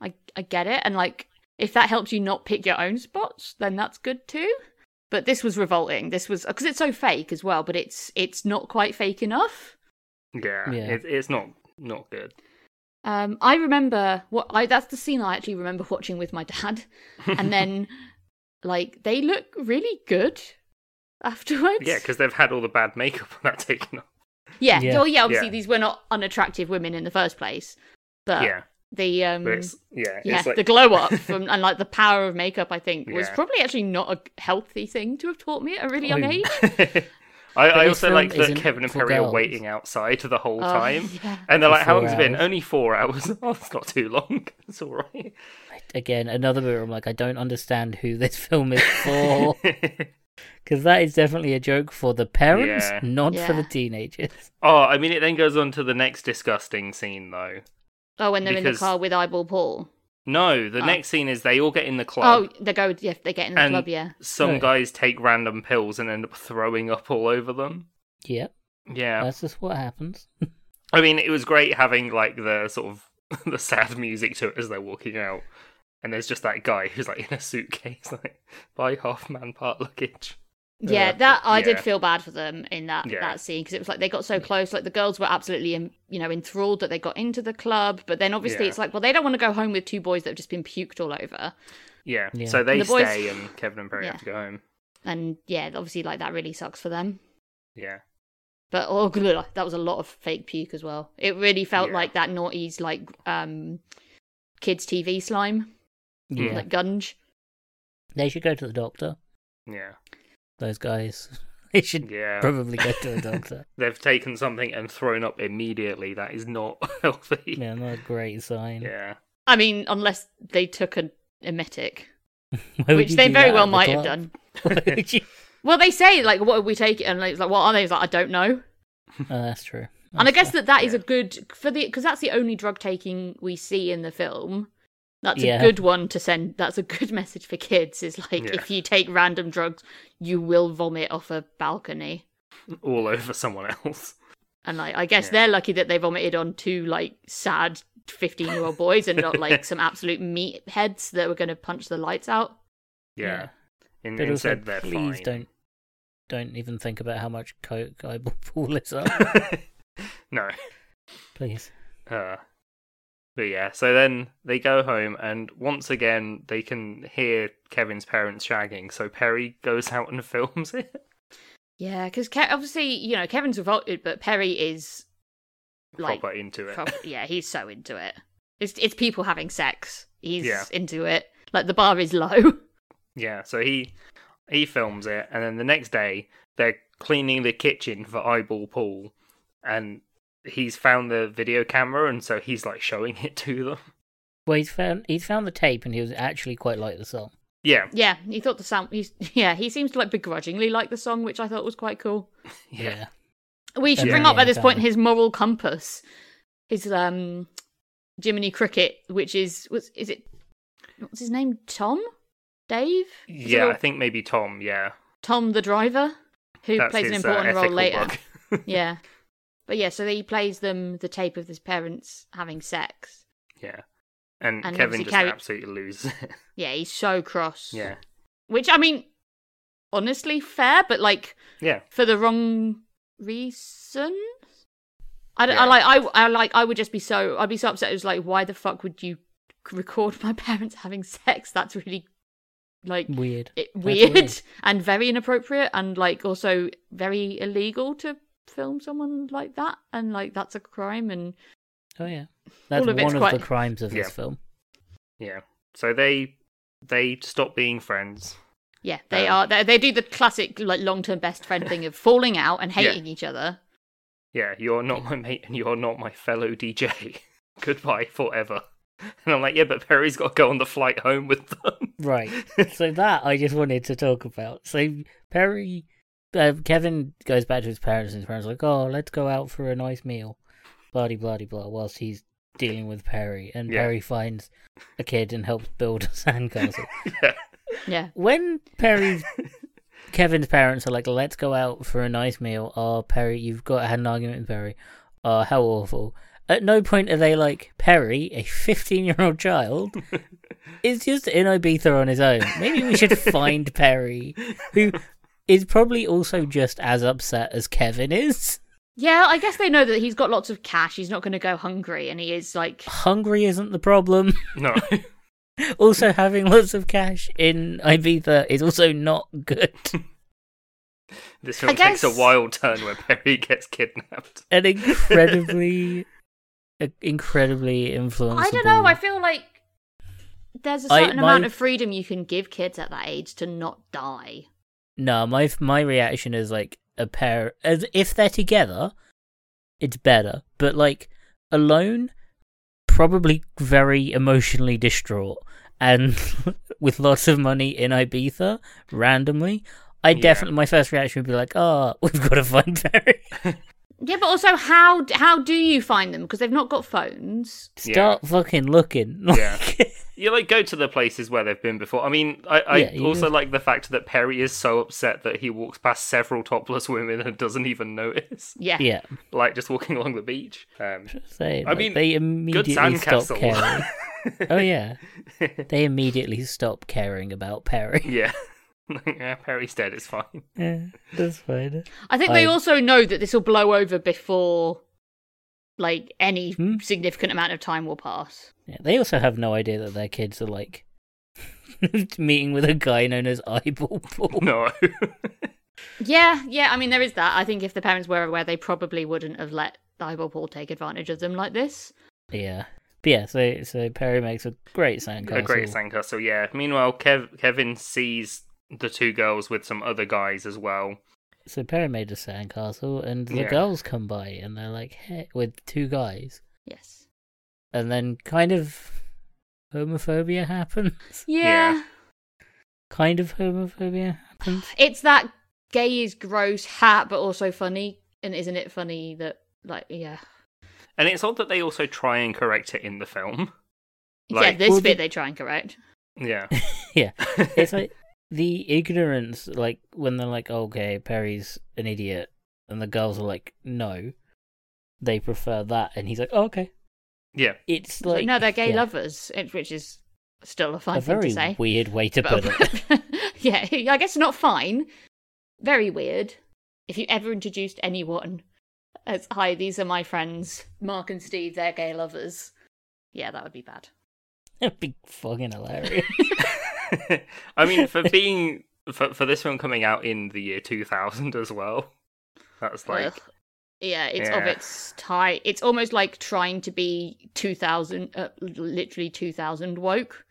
Speaker 3: I, I get it. And like, if that helps you not pick your own spots, then that's good too. But this was revolting. This was because it's so fake as well. But it's it's not quite fake enough.
Speaker 1: yeah.
Speaker 2: Yeah.
Speaker 1: It, it's not not good.
Speaker 3: Um, I remember what I that's the scene I actually remember watching with my dad, and then like they look really good afterwards.
Speaker 1: Yeah, because they've had all the bad makeup on that taken off.
Speaker 3: yeah,
Speaker 2: Yeah.
Speaker 3: well, yeah. Obviously,
Speaker 1: Yeah.
Speaker 3: these were not unattractive women in the first place, but
Speaker 1: yeah,
Speaker 3: the um,
Speaker 1: but it's yeah,
Speaker 3: yeah,
Speaker 1: it's like,
Speaker 3: the glow up from, and like the power of makeup, I think was
Speaker 1: Yeah.
Speaker 3: probably actually not a healthy thing to have taught me at a really young
Speaker 2: Oh,
Speaker 3: age.
Speaker 1: I,
Speaker 2: this
Speaker 1: I also
Speaker 2: film
Speaker 1: like that
Speaker 2: isn't
Speaker 1: Kevin and
Speaker 2: for
Speaker 1: Perry are
Speaker 2: girls.
Speaker 1: waiting outside the whole
Speaker 3: Oh,
Speaker 1: time.
Speaker 3: yeah.
Speaker 1: And they're like, how
Speaker 2: Four
Speaker 1: long has it been?
Speaker 2: hours.
Speaker 1: Only four hours. Oh, it's not too long. It's all right.
Speaker 2: Again, another bit where I'm like, I don't understand who this film is for. Because that is definitely a joke for the parents,
Speaker 1: Yeah.
Speaker 2: not for the
Speaker 3: Yeah.
Speaker 2: teenagers.
Speaker 1: oh, I mean, it then goes on to the next disgusting scene, though.
Speaker 3: Oh, when they're in the
Speaker 1: Because-
Speaker 3: car with Eyeball Paul.
Speaker 1: No, the
Speaker 3: Oh.
Speaker 1: next scene is they all get in the club.
Speaker 3: Oh, they go. Yeah, they get in the
Speaker 1: and
Speaker 3: club. Yeah,
Speaker 1: some
Speaker 2: Right.
Speaker 1: guys take random pills and end up throwing up all over them.
Speaker 2: Yep,
Speaker 1: Yeah.
Speaker 2: that's just what happens.
Speaker 1: I mean, it was great having, like, the sort of the sad music to it as they're walking out. And there's just that guy who's, like, in a suitcase, like, by half man, part luggage.
Speaker 3: Yeah,
Speaker 1: Uh,
Speaker 3: that I did
Speaker 1: yeah.
Speaker 3: feel bad for them in that
Speaker 1: Yeah. Mm.
Speaker 3: that scene because it was like they got so close. Like the girls were absolutely, in, you know, enthralled that they got into the club. But then obviously
Speaker 1: Yeah.
Speaker 3: it's like, well, they don't want to go home with two boys that have just been puked all over.
Speaker 1: Yeah.
Speaker 2: Yeah.
Speaker 1: So they
Speaker 3: The boys-
Speaker 1: stay, and Kevin and Perry
Speaker 3: Yeah.
Speaker 1: have to go home.
Speaker 3: And yeah, obviously like that really sucks for them.
Speaker 1: Yeah.
Speaker 3: But oh, gl- that was a lot of fake puke as well. It really felt
Speaker 1: Yeah.
Speaker 3: like that naughty's like um kids TV slime,
Speaker 2: Yeah.
Speaker 3: like gunge.
Speaker 2: They should go to the doctor,
Speaker 1: Yeah.
Speaker 2: those guys. They should
Speaker 1: Yeah.
Speaker 2: probably go to a doctor.
Speaker 1: They've taken something and thrown up immediately. That is not healthy.
Speaker 2: yeah, not a great sign.
Speaker 1: Yeah.
Speaker 3: I mean, unless they took an emetic,
Speaker 2: Why would
Speaker 3: which
Speaker 2: you
Speaker 3: they
Speaker 2: do
Speaker 3: very
Speaker 2: that
Speaker 3: well
Speaker 2: at the
Speaker 3: might have
Speaker 2: club?
Speaker 3: done.
Speaker 2: Why would you-
Speaker 3: Well, they say like, "What would we take it?" And it's like, "What are they?" He's like, "I don't know."
Speaker 2: Oh, that's true.
Speaker 3: and I
Speaker 2: That's
Speaker 3: guess that that is
Speaker 1: Yeah.
Speaker 3: a good for the because that's the only drug taking we see in the film. That's
Speaker 2: Yeah.
Speaker 3: a good one to send. That's a good message for kids. Is like
Speaker 1: Yeah.
Speaker 3: if you take random drugs, you will vomit off a balcony.
Speaker 1: All over someone else.
Speaker 3: And like, I guess
Speaker 1: Yeah.
Speaker 3: they're lucky that they vomited on two like sad fifteen-year-old boys and not like some absolute meatheads that were going to punch the lights out.
Speaker 1: Yeah. In,
Speaker 2: But also,
Speaker 1: instead, they're
Speaker 2: please
Speaker 1: fine.
Speaker 2: don't don't even think about how much coke I will pull this up.
Speaker 1: no.
Speaker 2: please.
Speaker 1: Uh, but yeah, so then they go home, and once again, they can hear Kevin's parents shagging, so Perry goes out and films it.
Speaker 3: Yeah, because Ke- obviously you know Kevin's revolted, but Perry is like
Speaker 1: Proper into it.
Speaker 3: Prob- yeah, he's so into it. It's it's people having sex. He's
Speaker 1: Yeah.
Speaker 3: into it. Like the bar is low.
Speaker 1: Yeah, so he he films it, and then the next day they're cleaning the kitchen for Eyeball Pool, and he's found the video camera, and so he's like showing it to them.
Speaker 2: Well, he's found he's found the tape, and he was actually quite like the song.
Speaker 1: Yeah,
Speaker 3: yeah, he thought the sound. He's yeah, he seems to like begrudgingly like the song, which I thought was quite cool.
Speaker 1: yeah,
Speaker 3: We should
Speaker 1: Yeah.
Speaker 3: bring up at this point
Speaker 2: Yeah.
Speaker 3: his moral compass, his um, Jiminy Cricket, which is was is it what's his name? Tom, Dave, Is it
Speaker 1: yeah.
Speaker 3: all-
Speaker 1: I think maybe Tom. Yeah,
Speaker 3: Tom the driver, who
Speaker 1: That's
Speaker 3: plays an
Speaker 1: his, uh,
Speaker 3: important role
Speaker 1: ethical
Speaker 3: later.
Speaker 1: bug.
Speaker 3: yeah. But yeah, so he plays them the tape of his parents having sex.
Speaker 1: Yeah, and,
Speaker 3: And
Speaker 1: Kevin
Speaker 3: obviously
Speaker 1: just
Speaker 3: Carrie-
Speaker 1: absolutely loses. it.
Speaker 3: Yeah, he's so cross.
Speaker 1: yeah,
Speaker 3: Which I mean, honestly, fair, but like
Speaker 1: yeah.
Speaker 3: for the wrong reason. I, don't-
Speaker 1: Yeah.
Speaker 3: I like I, I like I would just be so I'd be so upset. It was like, why the fuck would you record my parents having sex? That's really like
Speaker 2: Weird.
Speaker 3: it,
Speaker 2: That's
Speaker 3: weird, and very inappropriate, and like also very illegal to film someone like that, and like that's a crime. And
Speaker 2: Oh yeah, that's
Speaker 3: All of
Speaker 2: one
Speaker 3: it's
Speaker 2: of the
Speaker 3: quite-
Speaker 2: crimes of
Speaker 1: Yeah.
Speaker 2: this film.
Speaker 1: Yeah. So they they stop being friends.
Speaker 3: yeah, they
Speaker 1: Um,
Speaker 3: are they, they do the classic like long term best friend thing of falling out and
Speaker 1: Yeah.
Speaker 3: hating each other.
Speaker 1: Yeah, you're not my mate and you're not my fellow DJ. Goodbye forever. And I'm like, yeah, but Perry's got to go on the flight home with them.
Speaker 2: Right. so that I just wanted to talk about. So Perry, uh, Kevin goes back to his parents, and his parents are like, "Oh, let's go out for a nice meal," blah de blah de blah. Whilst he's dealing with Perry, and
Speaker 1: Yeah.
Speaker 2: Perry finds a kid and helps build a sandcastle.
Speaker 1: yeah.
Speaker 3: Yeah,
Speaker 2: when Perry's Kevin's parents are like, "Let's go out for a nice meal." Oh, Perry, you've got had an argument with Perry. Oh, how awful! At no point are they like Perry, a fifteen-year-old child, is just in Ibiza on his own. Maybe we should find Perry, who is probably also just as upset as Kevin is.
Speaker 3: yeah. I guess they know that he's got lots of cash. He's not going to go hungry, and he is like
Speaker 2: Hungry isn't the problem.
Speaker 1: No.
Speaker 2: Also, having lots of cash in Ibiza is also not good.
Speaker 1: This film
Speaker 3: I
Speaker 1: takes a
Speaker 3: guess-
Speaker 1: wild turn where Perry gets kidnapped.
Speaker 2: an incredibly a- incredibly influenceable.
Speaker 3: I don't know. I feel like there's a
Speaker 2: I-
Speaker 3: certain
Speaker 2: my-
Speaker 3: amount of freedom you can give kids at that age to not die.
Speaker 2: no, my my reaction is like a pair as if they're together, it's better. But like alone, probably very emotionally distraught and with lots of money in Ibiza randomly. I
Speaker 1: Yeah.
Speaker 2: definitely my first reaction would be like, "Oh, we've got to find Barry."
Speaker 3: Yeah, but also how how do you find them because they've not got phones?
Speaker 1: Yeah.
Speaker 2: Start fucking looking.
Speaker 1: Yeah.
Speaker 2: Like-
Speaker 1: You like go to the places where they've been before. I mean, I, I
Speaker 2: Yeah, you
Speaker 1: also
Speaker 2: do.
Speaker 1: like the fact that Perry is so upset that he walks past several topless women and doesn't even notice.
Speaker 3: Yeah,
Speaker 2: yeah.
Speaker 1: Like just walking along the beach. Um,
Speaker 2: Say,
Speaker 1: I
Speaker 2: like,
Speaker 1: mean,
Speaker 2: they
Speaker 1: good
Speaker 2: immediately stop caring.
Speaker 1: sandcastle.
Speaker 2: oh yeah. They immediately stop caring about Perry.
Speaker 1: yeah. yeah, Perry's dead. It's fine.
Speaker 2: Yeah, that's fine.
Speaker 3: I think they
Speaker 2: I-
Speaker 3: also know that this will blow over before like any
Speaker 2: Hmm?
Speaker 3: significant amount of time will pass.
Speaker 2: Yeah, they also have no idea that their kids are like meeting with a guy known as Eyeball Paul.
Speaker 1: No.
Speaker 3: Yeah, yeah. I mean, there is that. I think if the parents were aware, they probably wouldn't have let the eyeball Paul take advantage of them like this.
Speaker 2: Yeah, but yeah. So so Perry makes a great sandcastle.
Speaker 1: a great sandcastle, yeah. Meanwhile, Kev- Kevin sees the two girls with some other guys as well.
Speaker 2: So Perry made a sandcastle, and the
Speaker 1: Yeah.
Speaker 2: girls come by, and they're like, "Hey," with two guys,
Speaker 3: Yes.
Speaker 2: and then kind of homophobia happens.
Speaker 3: Yeah.
Speaker 2: Kind of homophobia happens.
Speaker 3: It's that gay is gross hat, but also funny. And isn't it funny that, like, yeah.
Speaker 1: And it's odd that they also try and correct it in the film.
Speaker 3: yeah,
Speaker 1: Like-
Speaker 3: this
Speaker 2: Well,
Speaker 3: bit
Speaker 2: the-
Speaker 3: they try and correct.
Speaker 1: Yeah.
Speaker 2: yeah, it's like the ignorance, like when they're like, "Okay, Perry's an idiot," and the girls are like, "No," they prefer that, and he's like, oh, "Okay."
Speaker 1: yeah.
Speaker 2: It's
Speaker 3: It's Like,
Speaker 2: like
Speaker 3: no, they're gay
Speaker 2: yeah,
Speaker 3: lovers, it- which is still a fine
Speaker 2: A
Speaker 3: thing
Speaker 2: very
Speaker 3: to say.
Speaker 2: weird way to
Speaker 3: But-
Speaker 2: put it.
Speaker 3: yeah, I guess not fine. Very weird. If you ever introduced anyone as, hi, these are my friends, Mark and Steve, they're gay lovers. Yeah, that would be bad.
Speaker 2: It'd be fucking hilarious.
Speaker 1: I mean, for being for for this film coming out in the year 2000 as well, that's like
Speaker 3: Ugh. yeah it's of
Speaker 1: Yeah.
Speaker 3: its tie it's almost like trying to be 2000 uh, literally 2000 woke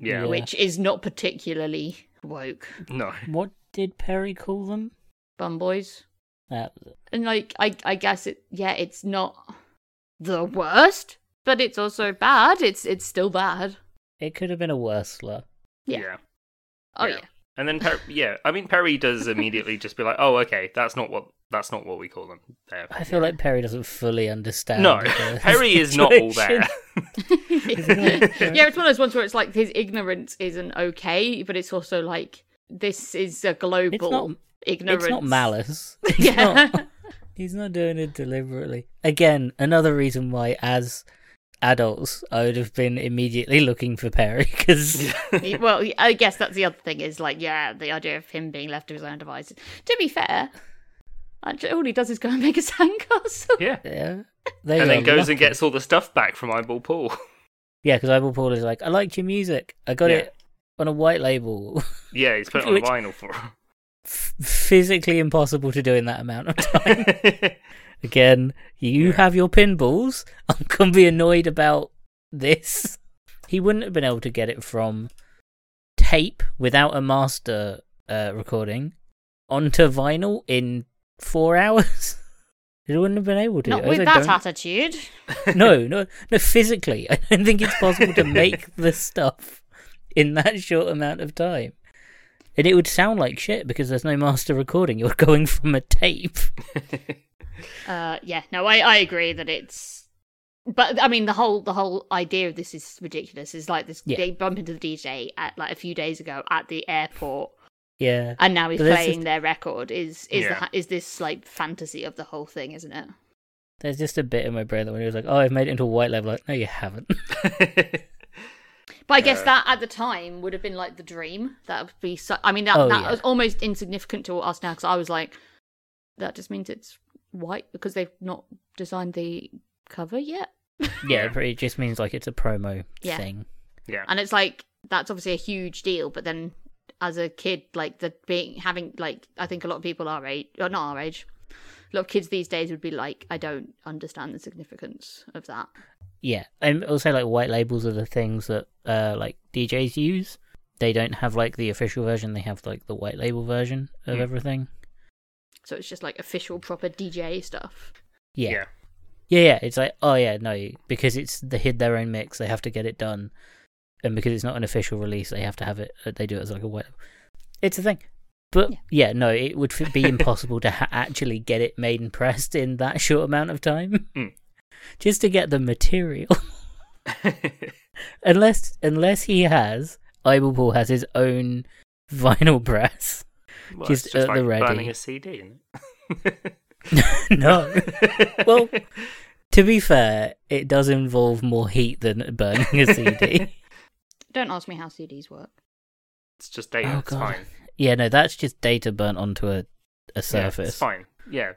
Speaker 1: yeah,
Speaker 2: Yeah.
Speaker 3: which is not particularly woke
Speaker 1: no,
Speaker 2: what did Perry call them?
Speaker 3: bum boys
Speaker 2: That
Speaker 3: and like i i guess it yeah it's not the worst but it's also bad it's it's still bad
Speaker 2: it could have been a worse slur.
Speaker 3: Yeah. oh yeah,
Speaker 1: Yeah. And then per- yeah, I mean Perry does immediately just be like, "Oh, okay, that's not what that's not what we call them." They're-
Speaker 2: I feel like Perry doesn't fully understand.
Speaker 1: no,
Speaker 2: the
Speaker 1: Perry is not all
Speaker 2: situation.
Speaker 1: there.
Speaker 3: yeah it's one of those ones where it's like his ignorance isn't okay but it's also like this is a global
Speaker 2: It's not.
Speaker 3: ignorance
Speaker 2: It's not malice. It's
Speaker 3: yeah
Speaker 2: not- he's not doing it deliberately. Again, another reason why, as adults, I would have been immediately looking for Perry because
Speaker 3: Y- well, I guess that's the other thing is like, yeah, the idea of him being left to his own devices. To be fair, actually, all he does is go and make a sandcastle.
Speaker 1: yeah.
Speaker 2: yeah,
Speaker 1: And then goes and gets all the stuff back from Eyeball Paul.
Speaker 2: yeah. Because Eyeball Paul is like, I liked your music. I got
Speaker 1: Yeah.
Speaker 2: it on a white label.
Speaker 1: Yeah, he's put it on
Speaker 2: Which-
Speaker 1: vinyl for him.
Speaker 2: Physically impossible to do in that amount of time.
Speaker 1: yeah,
Speaker 2: Again, you have your pinballs. I'm gonna be annoyed about this. He wouldn't have been able to get it from tape without a master uh, recording onto vinyl in four hours. He wouldn't have been able to.
Speaker 3: Not
Speaker 2: I
Speaker 3: with
Speaker 2: also
Speaker 3: that
Speaker 2: don't-
Speaker 3: attitude.
Speaker 2: No, no, no. Physically, I don't think it's possible to make the stuff in that short amount of time. And it would sound like shit because there's no master recording. You're going from a tape.
Speaker 3: Uh, yeah, no, I, I agree that it's. But I mean, the whole the whole idea of this is ridiculous. Is like this.
Speaker 2: Yeah.
Speaker 3: They bump into the DJ at like a few days ago at the airport,
Speaker 2: Yeah.
Speaker 3: and now he's
Speaker 2: But this
Speaker 3: playing
Speaker 2: is-
Speaker 3: their record. Is is
Speaker 1: Yeah.
Speaker 3: the, is this like fantasy of the whole thing? Isn't it?
Speaker 2: There's just a bit in my brain that when he was like, "Oh, I've made it into a white label," like, no, you haven't.
Speaker 3: But I guess
Speaker 1: Uh,
Speaker 3: that at the time would have been like the dream. That would be so. I mean, that,
Speaker 2: Oh,
Speaker 3: that
Speaker 2: yeah.
Speaker 3: was almost insignificant to us now because I was like, that just means it's white because they've not designed the cover yet.
Speaker 2: yeah, but it just means like it's a promo
Speaker 3: Yeah.
Speaker 2: thing.
Speaker 1: yeah,
Speaker 3: And it's like, that's obviously a huge deal. But then as a kid, like the being, having, like, I think a lot of people our age, or not our age, a lot of kids these days would be like, I don't understand the significance of that.
Speaker 2: Yeah, and also like white labels are the things that uh like DJs use. They don't have like the official version; they have like the white label version of
Speaker 1: Mm.
Speaker 2: everything.
Speaker 3: So it's just like official, proper DJ stuff.
Speaker 2: Yeah. yeah,
Speaker 1: yeah,
Speaker 2: yeah, It's like, oh yeah, no, because it's they hid their own mix. They have to get it done, and because it's not an official release, they have to have it. uh, They do it as like a white. label. It's a thing. But
Speaker 3: Yeah.
Speaker 2: yeah, no, it would f- be impossible to ha- actually get it made and pressed in that short amount of time.
Speaker 1: Mm.
Speaker 2: Just to get the material. unless unless he has Eibelpool has his own vinyl press.
Speaker 1: Well,
Speaker 2: Just
Speaker 1: it's
Speaker 2: at uh, the ready.
Speaker 1: burning a CD. Isn't it?
Speaker 2: no. Well, to be fair, it does involve more heat than burning a CD.
Speaker 3: Don't ask me how CDs work.
Speaker 1: it's just data.
Speaker 2: Oh,
Speaker 1: it's
Speaker 2: God.
Speaker 1: fine.
Speaker 2: yeah, no, that's just data burnt onto a a
Speaker 1: Yeah, it's
Speaker 2: surface.
Speaker 1: fine. Yeah,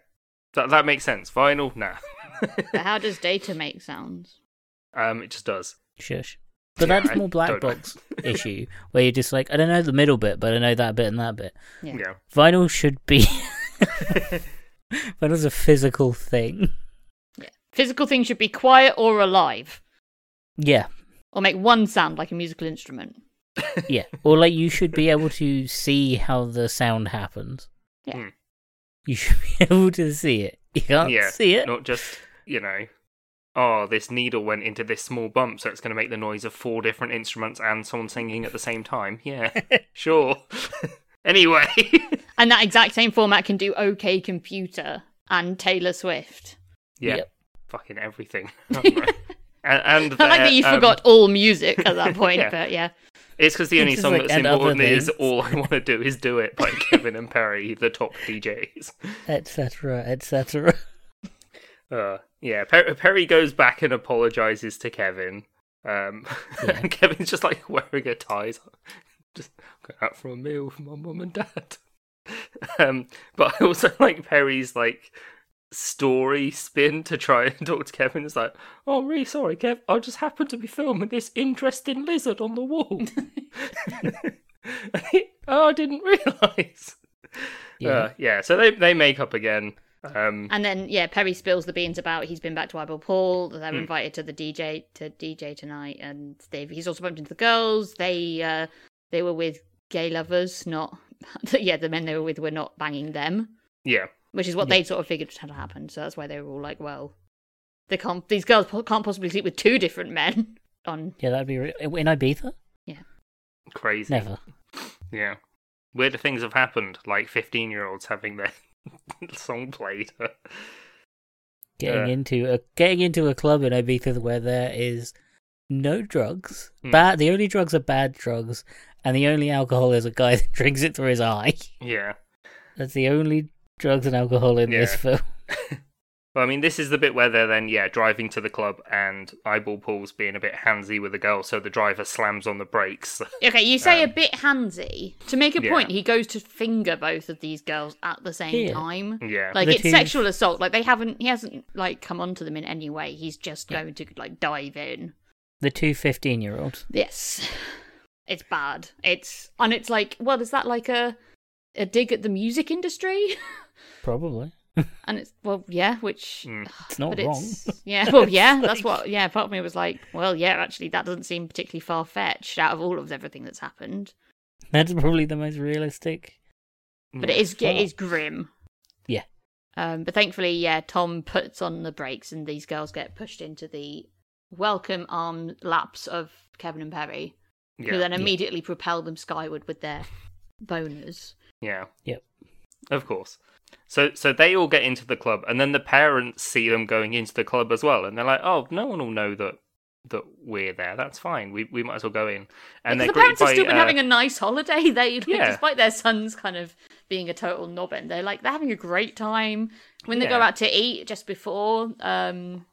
Speaker 1: that that makes sense. Vinyl, nah.
Speaker 3: But how does data make sounds?
Speaker 1: um, it just does.
Speaker 2: Shush. But
Speaker 1: Yeah,
Speaker 2: that's
Speaker 1: I
Speaker 2: more black
Speaker 1: don't know.
Speaker 2: box issue where you're just like, I don't know the middle bit, but I know that bit and that bit.
Speaker 3: Yeah.
Speaker 1: Yeah.
Speaker 2: Vinyl should be vinyl's a physical thing.
Speaker 3: Physical things should be quiet or alive,
Speaker 2: Yeah,
Speaker 3: or make one sound like a musical instrument.
Speaker 2: yeah. Or like you should be able to see how the sound happens.
Speaker 3: Yeah.
Speaker 1: Hmm.
Speaker 2: you should be able to see it. You can't
Speaker 1: yeah,
Speaker 2: see it.
Speaker 1: not just you know. Oh, this needle went into this small bump, so it's going to make the noise of four different instruments and someone singing at the same time. Yeah, sure. anyway,
Speaker 3: And that exact same format can do OK Computer and Taylor Swift.
Speaker 1: yeah,
Speaker 2: Yep.
Speaker 1: fucking everything. and, and
Speaker 3: I like
Speaker 1: their,
Speaker 3: that you
Speaker 1: um,
Speaker 3: forgot all music at that point,
Speaker 1: Yeah.
Speaker 3: but yeah.
Speaker 1: It's because the only
Speaker 2: It's just
Speaker 1: song
Speaker 2: like,
Speaker 1: that's
Speaker 2: and other
Speaker 1: important is
Speaker 2: things.
Speaker 1: "All I Want to Do Is Do It" by Kevin and Perry, the top DJs.
Speaker 2: Etc. Etc.
Speaker 1: Uh, yeah, per- Perry goes back and apologizes to Kevin. Um,
Speaker 2: Yeah.
Speaker 1: and Kevin's just like wearing a tie. He's like, Just going out for a meal with my mum and dad. Um, but I also like Perry's like story spin to try and talk to Kevin. It's like, oh, I'm really sorry, Kev. I just happened to be filming this interesting lizard on the wall. oh, I didn't realize. Yeah.
Speaker 2: Yeah.
Speaker 1: Uh, yeah. So they they make up again. Um,
Speaker 3: And then yeah, Perry spills the beans about he's been back to Eyeball Paul. They're
Speaker 1: Hmm.
Speaker 3: invited to the DJ to DJ tonight, and they've he's also bumped into the girls. They uh they were with gay lovers, not yeah the men they were with were not banging them,
Speaker 1: yeah.
Speaker 3: which is what they sort of figured had happened. So that's why they were all like, well, they can't these girls po- can't possibly sleep with two different men on.
Speaker 2: Yeah, that'd be re- in Ibiza.
Speaker 1: Crazy.
Speaker 2: Never.
Speaker 1: Yeah. Weirder things have happened, like 15 year olds having their song played.
Speaker 2: Getting
Speaker 1: Yeah.
Speaker 2: into a getting into a club in Ibiza where there is no drugs.
Speaker 1: Hmm.
Speaker 2: Bad. The only drugs are bad drugs, and the only alcohol is a guy that drinks it through his eye.
Speaker 1: yeah.
Speaker 2: That's the only drugs and alcohol in this
Speaker 1: Yeah.
Speaker 2: film.
Speaker 1: Well, I mean, this is the bit where they're then, yeah, driving to the club and Eyeball Paul's being a bit handsy with the girl, so the driver slams on the brakes.
Speaker 3: Okay, you say
Speaker 1: Um,
Speaker 3: a bit handsy to make a
Speaker 1: yeah.
Speaker 3: point. He goes to finger both of these girls at the same
Speaker 2: Here.
Speaker 3: time.
Speaker 1: yeah.
Speaker 3: like
Speaker 2: The
Speaker 3: it's
Speaker 2: two-
Speaker 3: sexual assault like they haven't he hasn't like come onto them in any way he's just going to like dive in
Speaker 2: The two 15 year olds.
Speaker 3: yes it's bad it's and it's like well is that like a a dig at the music industry
Speaker 2: Probably.
Speaker 3: and it's well yeah which
Speaker 1: Mm.
Speaker 2: It's not
Speaker 3: but
Speaker 2: wrong.
Speaker 3: it's yeah well yeah
Speaker 2: It's
Speaker 3: that's
Speaker 2: like-
Speaker 3: what yeah part of me was like well yeah actually that doesn't seem particularly far-fetched out of all of everything that's happened
Speaker 2: That's probably the most realistic.
Speaker 1: Mm.
Speaker 3: but it is it
Speaker 2: Well-
Speaker 3: is grim.
Speaker 2: Yeah.
Speaker 3: Um, but thankfully, yeah, Tom puts on the brakes, and these girls get pushed into the welcome arm laps of Kevin and Perry, who
Speaker 1: Yeah.
Speaker 3: then immediately propel them skyward with their boners.
Speaker 1: yeah.
Speaker 2: Yep.
Speaker 1: Of course. So so they all get into the club and then the parents see them going into the club as well and they're like, "Oh, no one will know that that we're there. That's fine. We we might as well go in." And
Speaker 3: Because
Speaker 1: they're
Speaker 3: the parents
Speaker 1: greeted
Speaker 3: have still
Speaker 1: by,
Speaker 3: been
Speaker 1: uh,
Speaker 3: having a nice holiday. They, like,
Speaker 1: Yeah.
Speaker 3: despite their sons kind of being a total nobbin, they're like they're having a great time when they go
Speaker 1: Yeah.
Speaker 3: out to eat. Just before, um,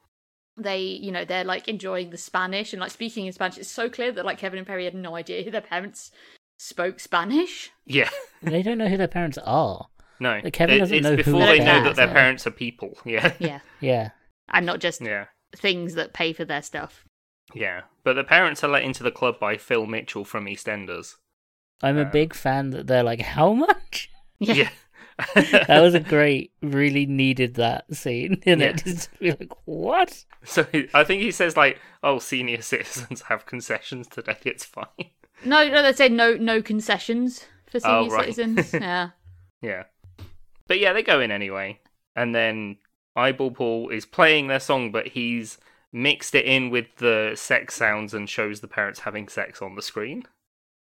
Speaker 3: they, you know, they're like enjoying the Spanish and like speaking in Spanish. It's so clear that like Kevin and Perry had no idea their parents spoke Spanish.
Speaker 1: Yeah.
Speaker 2: they don't know who their parents are.
Speaker 1: No.
Speaker 2: Like, Kevin
Speaker 1: It-
Speaker 2: doesn't
Speaker 1: it's
Speaker 2: know who
Speaker 1: before
Speaker 3: their
Speaker 1: they know
Speaker 3: parents
Speaker 1: that their
Speaker 2: are.
Speaker 1: parents are people. Yeah.
Speaker 3: Yeah,
Speaker 2: Yeah.
Speaker 3: and not just
Speaker 1: Yeah.
Speaker 3: things that pay for their stuff.
Speaker 1: Yeah. But the parents are let into the club by Phil Mitchell from EastEnders.
Speaker 2: I'm a
Speaker 1: Um,
Speaker 2: big fan that they're like, how much?
Speaker 3: Yeah.
Speaker 2: That was a great, really needed that scene. And
Speaker 1: Yeah.
Speaker 2: it just be like, what?
Speaker 1: so he- I think he says like, "Oh, senior citizens have concessions today. It's fine."
Speaker 3: No, no, they say no, no concessions for senior
Speaker 1: Oh, right.
Speaker 3: citizens. Yeah.
Speaker 1: Yeah. But yeah, they go in anyway. And then Eyeball Paul is playing their song, but he's mixed it in with the sex sounds and shows the parents having sex on the screen.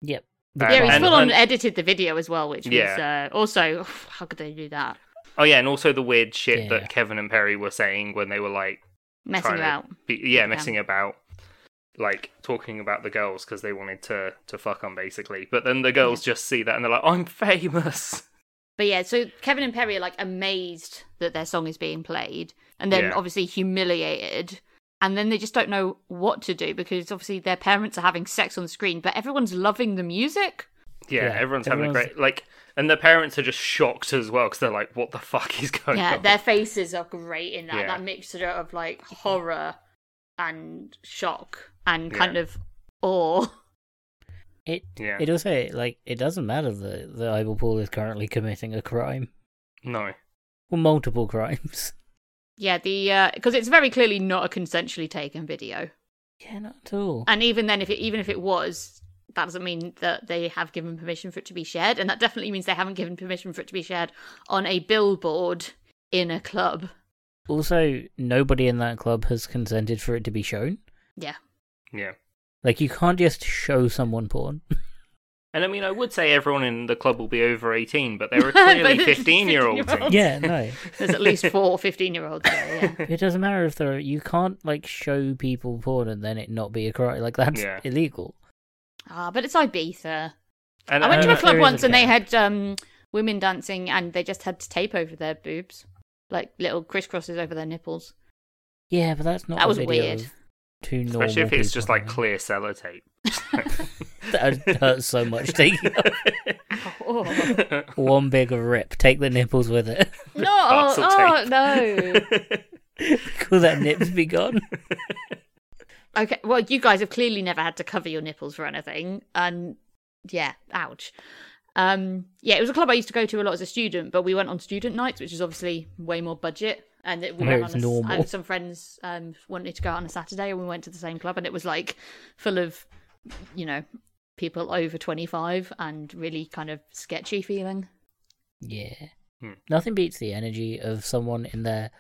Speaker 2: Yep.
Speaker 1: Um,
Speaker 3: Yeah, he's
Speaker 1: and-
Speaker 3: full on
Speaker 1: and-
Speaker 3: edited the video as well, which
Speaker 1: Yeah.
Speaker 3: was uh, also how could they do that?
Speaker 1: Oh yeah, and also the weird shit
Speaker 2: Yeah.
Speaker 1: that Kevin and Perry were saying when they were like
Speaker 3: Messing
Speaker 1: trying to
Speaker 3: about.
Speaker 1: be- yeah,
Speaker 3: Yeah.
Speaker 1: messing about, like talking about the girls because they wanted to to fuck them basically. But then the girls just see that and they're like, "I'm famous."
Speaker 3: But yeah, so Kevin and Perry are like amazed that their song is being played and then
Speaker 1: Yeah.
Speaker 3: obviously humiliated. And then they just don't know what to do because obviously their parents are having sex on the screen, but everyone's loving the music.
Speaker 1: Yeah,
Speaker 2: Yeah,
Speaker 1: everyone's, having a
Speaker 2: everyone's-
Speaker 1: great like, and the parents are just shocked as well because they're like, "What the fuck is going
Speaker 3: yeah,
Speaker 1: on?"
Speaker 3: their faces are great in that.
Speaker 1: Oh, Yeah.
Speaker 3: That mixture of like horror and shock and
Speaker 1: Yeah.
Speaker 3: kind of awe.
Speaker 2: It
Speaker 1: Yeah.
Speaker 2: it also like it doesn't matter that the eyeball pool is currently committing a crime.
Speaker 1: No,
Speaker 2: Well multiple crimes.
Speaker 3: Yeah, the because it's very clearly not a consensually taken video.
Speaker 2: Yeah, not at all.
Speaker 3: and even then if it even if it was that doesn't mean that they have given permission for it to be shared, and that definitely means they haven't given permission for it to be shared on a billboard in a club.
Speaker 2: Also, nobody in that club has consented for it to be shown.
Speaker 3: Yeah.
Speaker 1: Yeah.
Speaker 2: Like, you can't just show someone porn.
Speaker 1: And I mean, I would say everyone in the club will be over 18, but there are clearly
Speaker 3: But
Speaker 1: 15 year olds.
Speaker 3: 15-year-olds.
Speaker 2: yeah, no.
Speaker 3: There's at least four 15 year olds there, yeah.
Speaker 2: It doesn't matter if they're. You can't, like, show people porn and then it not be a crime. Like, that's
Speaker 1: Yeah.
Speaker 2: illegal.
Speaker 3: Ah, but it's Ibiza.
Speaker 1: And
Speaker 3: I went to
Speaker 2: uh,
Speaker 3: a club
Speaker 2: there
Speaker 3: once
Speaker 2: is a
Speaker 3: and they
Speaker 2: gap.
Speaker 3: had um, women dancing and they just had tape over their boobs, like little crisscrosses over their nipples.
Speaker 2: Yeah, but that's not.
Speaker 3: That
Speaker 2: a
Speaker 3: was
Speaker 2: video
Speaker 3: weird.
Speaker 2: of Two normal
Speaker 1: Especially if it's just
Speaker 2: people,
Speaker 1: like
Speaker 2: right?
Speaker 1: clear sellotape.
Speaker 2: that hurts so much. Taking off
Speaker 3: Oh,
Speaker 2: one big rip, take the nipples with it.
Speaker 3: no, oh,
Speaker 1: Parcel tape.
Speaker 3: no.
Speaker 2: Could that nips be gone?
Speaker 3: Okay, well, you guys have clearly never had to cover your nipples for anything, and yeah, ouch. Um, yeah, it was a club I used to go to a lot as a student, but we went on student nights, which is obviously way more budget. And it, we
Speaker 2: Where
Speaker 3: went
Speaker 2: it's
Speaker 3: on a s-
Speaker 2: normal.
Speaker 3: and some friends um, wanted to go out on a Saturday, and we went to the same club, and it was like full of, you know, people over twenty five and really kind of sketchy feeling.
Speaker 2: Yeah.
Speaker 1: Hmm.
Speaker 2: Nothing beats the energy of someone in their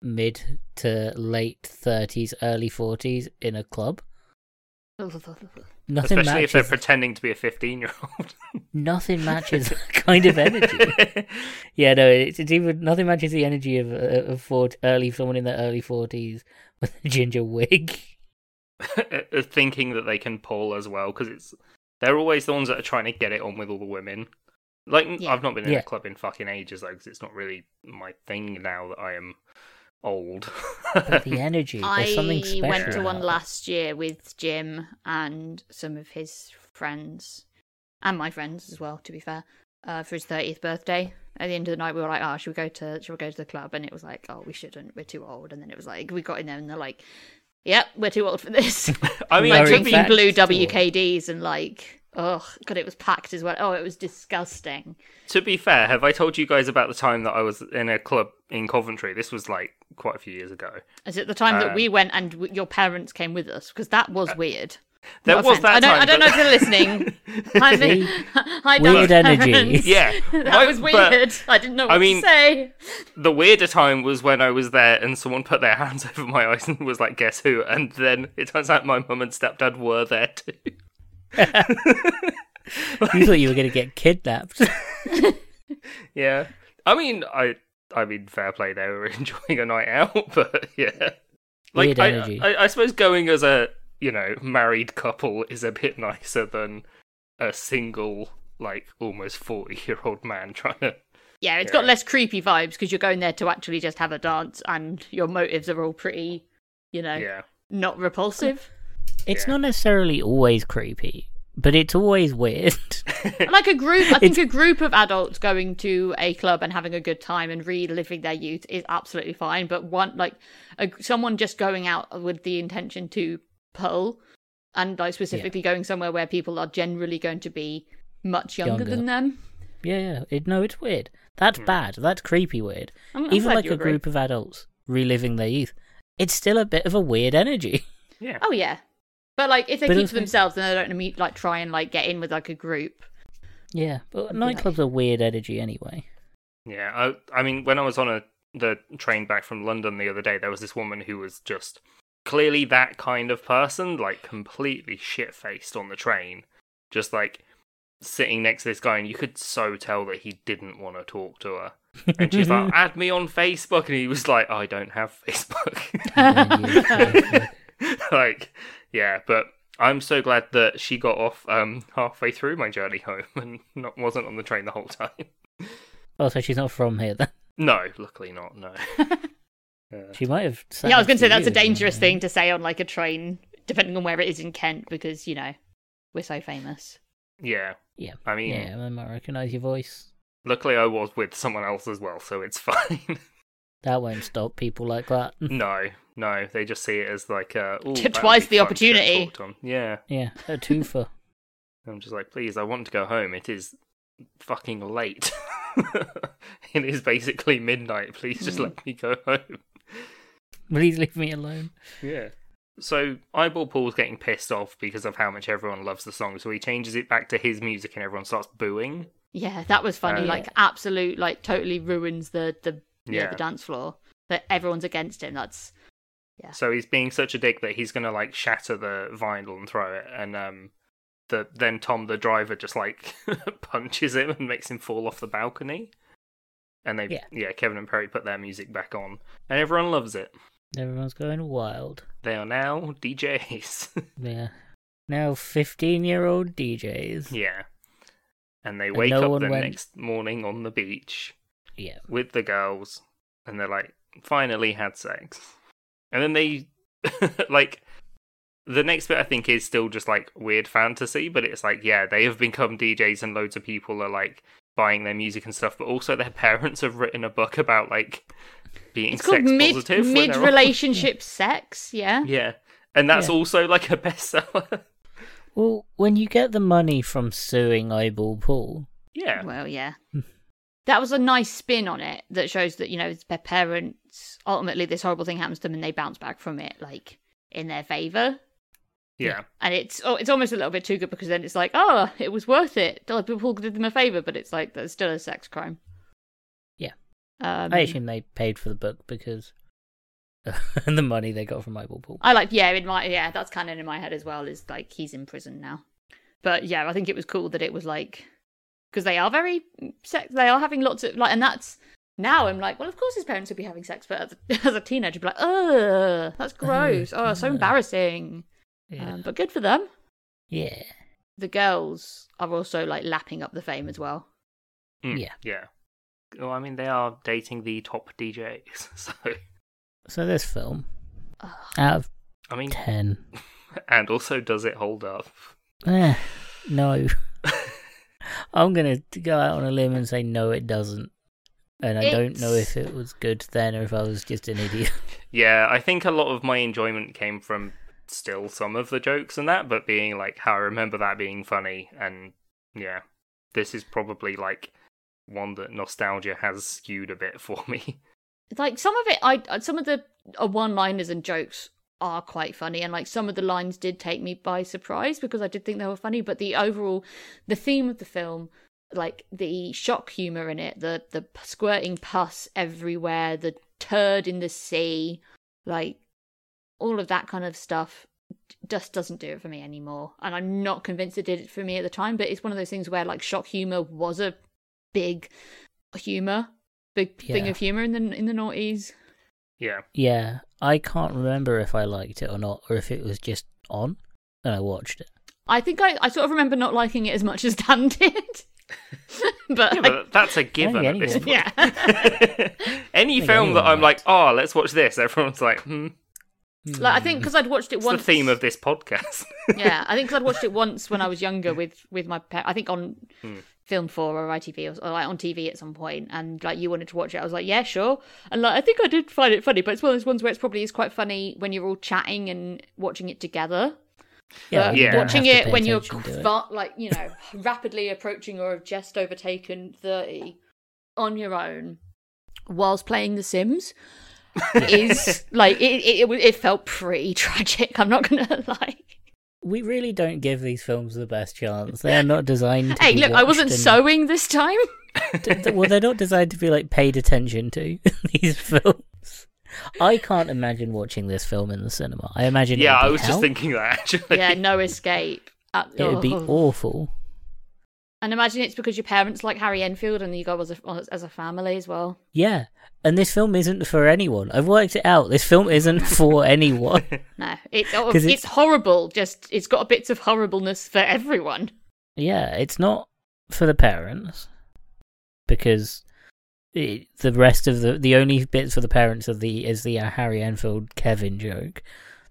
Speaker 2: mid to late thirties, early forties in a club. Nothing
Speaker 1: Especially if they're
Speaker 2: matches.
Speaker 1: pretending to be a 15 year old.
Speaker 2: Nothing matches that kind of energy. Yeah, no, it's, it's even nothing matches the energy of uh, of 40, early someone in their early forties with a ginger wig.
Speaker 1: Thinking that they can pull as well, because it's they're always the ones that are trying to get it on with all the women. Like,
Speaker 3: Yeah.
Speaker 1: I've not been in
Speaker 2: Yeah.
Speaker 1: a club in fucking ages, though, because it's not really my thing now that I am old.
Speaker 2: But the energy, there's something
Speaker 3: I
Speaker 2: special.
Speaker 3: went to one
Speaker 2: about it.
Speaker 3: last year with Jim and some of his friends, and my friends as well. To be fair, uh, for his thirtieth birthday. At the end of the night, we were like, "Oh, should we go to should we go to the club?" And it was like, "Oh, we shouldn't. We're too old." And then it was like, we got in there, and they're like, "Yep, we're too old for this."
Speaker 1: I mean,
Speaker 2: Like,
Speaker 1: to
Speaker 3: like
Speaker 2: Knowing
Speaker 1: be
Speaker 3: drinking blue
Speaker 2: facts or-
Speaker 3: WKDs and like, oh god, it was packed as well. Oh, it was disgusting.
Speaker 1: To be fair, have I told you guys about the time that I was in a club in Coventry? This was like quite a few years ago.
Speaker 3: Is it the time
Speaker 1: Um,
Speaker 3: that we went and w- your parents came with us? Because that was weird.
Speaker 1: There
Speaker 3: No
Speaker 1: was
Speaker 3: offense.
Speaker 1: Uh, that
Speaker 3: I don't,
Speaker 1: time.
Speaker 3: I don't
Speaker 1: but-
Speaker 3: know if you're listening. Hi, Mi- Hi,
Speaker 2: Weird
Speaker 3: Dan's
Speaker 2: energy.
Speaker 3: parents.
Speaker 1: Yeah,
Speaker 3: that
Speaker 1: I-
Speaker 3: was
Speaker 1: but
Speaker 3: weird. I didn't know
Speaker 1: I
Speaker 3: what
Speaker 1: mean-
Speaker 3: to say.
Speaker 1: The weirder time was when I was there and someone put their hands over my eyes and was like, "Guess who?" And then it turns out my mum and stepdad were there too.
Speaker 2: You thought you were going to get kidnapped.
Speaker 1: Yeah, I mean, I, I mean, fair play. They were enjoying a night out, but yeah,
Speaker 2: Weird
Speaker 1: I,
Speaker 2: energy.
Speaker 1: I, I suppose going as a you know married couple is a bit nicer than a single like almost forty year old man trying to.
Speaker 3: Yeah, it's
Speaker 1: Yeah.
Speaker 3: got less creepy vibes because you're going there to actually just have a dance, and your motives are all pretty, you know,
Speaker 1: Yeah,
Speaker 3: not repulsive.
Speaker 2: It's
Speaker 1: Yeah.
Speaker 2: not necessarily always creepy, but it's always weird.
Speaker 3: like a group, I think a group of adults going to a club and having a good time and reliving their youth is absolutely fine. But one, like a, someone just going out with the intention to pull, and like specifically going somewhere where people are generally going to be much
Speaker 2: Younger.
Speaker 3: younger, than them.
Speaker 2: yeah, yeah. It, no, it's weird. That's bad. That's creepy weird.
Speaker 3: Hmm. I'm- I'm
Speaker 2: Even
Speaker 3: glad
Speaker 2: like
Speaker 3: you
Speaker 2: a
Speaker 3: agree.
Speaker 2: group of adults reliving their youth, it's still a bit of a weird energy.
Speaker 1: yeah.
Speaker 3: Oh yeah, but like if they
Speaker 2: But
Speaker 3: keep
Speaker 2: if
Speaker 3: to
Speaker 2: they-
Speaker 3: themselves, then they don't imme- like try and like get in with like a group.
Speaker 2: Yeah, but
Speaker 3: I'd be like-
Speaker 2: nightclubs are weird energy anyway.
Speaker 1: Yeah, I I mean when I was on a the train back from London the other day, there was this woman who was just clearly that kind of person, like completely shit faced on the train, just like sitting next to this guy, and you could so tell that he didn't want to talk to her. And she's like, "Add me on Facebook," and he was like, "I don't have Facebook." like, yeah, but I'm so glad that she got off um, halfway through my journey home and not wasn't on the train the whole time.
Speaker 2: oh, so she's not from here then.
Speaker 1: No, luckily not. No. Uh,
Speaker 2: She might have. sat
Speaker 3: yeah, I was going
Speaker 2: next
Speaker 3: to
Speaker 2: you
Speaker 3: say that's a
Speaker 2: or something.
Speaker 3: dangerous thing to say on like a train, depending on where it is in Kent, because you know we're so famous.
Speaker 1: yeah,
Speaker 2: Yeah.
Speaker 1: I mean,
Speaker 2: Yeah, they might recognise your voice.
Speaker 1: luckily I was with someone else as well, so it's
Speaker 3: Hmm.
Speaker 1: fine.
Speaker 2: That won't stop people like that.
Speaker 1: no, no, they just see it as like uh, "Ooh, that would
Speaker 3: Twice
Speaker 1: be
Speaker 3: the
Speaker 1: fun to get
Speaker 3: opportunity.
Speaker 1: talked on." Yeah,
Speaker 2: yeah, a twofer.
Speaker 1: I'm just like, please, I want to go home. It is fucking late. it is basically
Speaker 3: Hmm.
Speaker 1: midnight. Please just let me go home.
Speaker 2: Please leave me alone.
Speaker 1: Yeah. So Eyeball Paul's getting pissed off because of how much everyone loves the song, so he changes it back to his music and everyone starts booing.
Speaker 3: Yeah, that was funny.
Speaker 1: Uh,
Speaker 3: like absolute, like totally ruins the the, yeah.
Speaker 1: Yeah.
Speaker 3: the dance floor. That everyone's against him. That's
Speaker 1: So he's being such a dick that he's gonna like shatter the vinyl and throw it and um the then Tom the driver just like punches him and makes him fall off the balcony. And they
Speaker 2: Yeah.
Speaker 1: yeah, Kevin and Perry put their music back on. And everyone loves it.
Speaker 2: Everyone's going wild.
Speaker 1: They are now DJs.
Speaker 2: Yeah. Now 15 year old DJs.
Speaker 1: Yeah. And they
Speaker 2: And
Speaker 1: wake
Speaker 2: no
Speaker 1: up
Speaker 2: one
Speaker 1: the
Speaker 2: went-
Speaker 1: next morning on the beach
Speaker 2: Yeah.
Speaker 1: with the girls and they're like, finally had sex. And then they, like, the next bit I think is still just like weird fantasy, but it's like, yeah, they have become DJs and loads of people are like buying their music and stuff, but also their parents have written a book about like being
Speaker 3: it's
Speaker 1: sex
Speaker 3: called mid
Speaker 1: positive. when
Speaker 3: mid
Speaker 1: they're on-
Speaker 3: relationship sex. Yeah.
Speaker 1: Yeah. And that's
Speaker 2: Yeah.
Speaker 1: also like a bestseller.
Speaker 2: Well, when you get the money from suing Eyeball Paul,
Speaker 1: yeah.
Speaker 3: Well, yeah. that was a nice spin on it that shows that, you know, their parents ultimately this horrible thing happens to them and they bounce back from it like in their favor.
Speaker 1: Yeah.
Speaker 3: And it's oh, it's almost a little bit too good because then it's like, oh, it was worth it. Like, people did them a favor, but it's like that's still a sex crime.
Speaker 2: Yeah.
Speaker 3: Um,
Speaker 2: I assume they paid for the book because and the money they got from Eyeball Paul.
Speaker 3: I like yeah in my yeah that's kind of in my head as well is like he's in prison now, but yeah I think it was cool that it was like because they are very sex they are having lots of like and that's now I'm like well of course his parents would be having sex but as a, as a teenager I'd be like oh that's gross oh so
Speaker 2: ugh.
Speaker 3: embarrassing
Speaker 2: Yeah.
Speaker 3: um, but good for them
Speaker 2: yeah.
Speaker 3: the girls are also like lapping up the fame as well
Speaker 1: Mm,
Speaker 2: Yeah.
Speaker 1: Yeah. Well, I mean, they are dating the top DJs, so
Speaker 2: So this film,
Speaker 3: Ugh.
Speaker 2: out of
Speaker 1: I mean,
Speaker 2: 10.
Speaker 1: and also, does it hold up?
Speaker 2: Eh, no. I'm going to go out on a limb and say no, it doesn't. And I don't know
Speaker 3: It's-
Speaker 2: if it was good then or if I was just an idiot.
Speaker 1: Yeah, I think a lot of my enjoyment came from still some of the jokes and that, but being like how I remember that being funny, and yeah, this is probably like one that nostalgia has skewed a bit for me.
Speaker 3: It's like some of it i some of the uh, one liners and jokes are quite funny and like some of the lines did take me by surprise because i did think they were funny but the overall the theme of the film like the shock humor in it the the p- squirting pus everywhere the turd in the sea like all of that kind of stuff d- just doesn't do it for me anymore and i'm not convinced it did it for me at the time but it's one of those things where like shock humor was a big humor big thing
Speaker 2: Yeah.
Speaker 3: of humor in the in the noughties
Speaker 1: Yeah,
Speaker 2: yeah, I can't remember if I liked it or not or if it was just on and I watched it.
Speaker 3: I think I, I sort of remember not liking it as much as Dan did. but
Speaker 1: yeah, but that's a given at this
Speaker 2: anyone-
Speaker 1: point.
Speaker 3: yeah.
Speaker 1: Any
Speaker 2: think
Speaker 1: film that
Speaker 2: anyone
Speaker 1: I'm like, oh, let's watch this, everyone's like, hmm,
Speaker 3: like I think because I'd watched it
Speaker 1: what's
Speaker 3: once.
Speaker 1: the theme of this podcast?
Speaker 3: yeah, I think 'cause I'd watched it once when I was younger with with my parents. I think on
Speaker 1: Hmm.
Speaker 3: Film Four or ITV or, or like on TV at some point, and like you wanted to watch it, I was like, yeah, sure. And like I think I did find it funny, but it's one of those ones where it's probably is quite funny when you're all chatting and watching it together.
Speaker 2: yeah,
Speaker 3: But
Speaker 2: you don't
Speaker 3: watching
Speaker 2: have to
Speaker 3: it
Speaker 2: pay
Speaker 3: when you're
Speaker 2: attention to it.
Speaker 3: va- like you know rapidly approaching or have just overtaken 30 on your own whilst playing the sims is like it, it, it, it felt pretty tragic i'm not gonna lie
Speaker 2: We really don't give these films the best chance. They are not designed. To
Speaker 3: hey
Speaker 2: be
Speaker 3: look i wasn't
Speaker 2: watched and-
Speaker 3: sewing this time
Speaker 2: d- well, they're not designed to be like paid attention to these films. I can't imagine watching this film in the cinema. I imagine.
Speaker 1: yeah,
Speaker 2: it'd be
Speaker 1: I was just
Speaker 2: out.
Speaker 1: thinking that actually.
Speaker 3: yeah no escape Uh,
Speaker 2: it would be
Speaker 3: oh.
Speaker 2: awful.
Speaker 3: and imagine it's because your parents like harry enfield and you go as a, as a family as well
Speaker 2: Yeah, and this film isn't for anyone. I've worked it out. This film isn't for anyone.
Speaker 3: no it, oh,
Speaker 2: 'Cause
Speaker 3: it's,
Speaker 2: it's-
Speaker 3: horrible just it's got bits of horribleness for everyone
Speaker 2: yeah, it's not for the parents because it, the rest of the the only bits for the parents are the is the uh, Harry Enfield Kevin joke.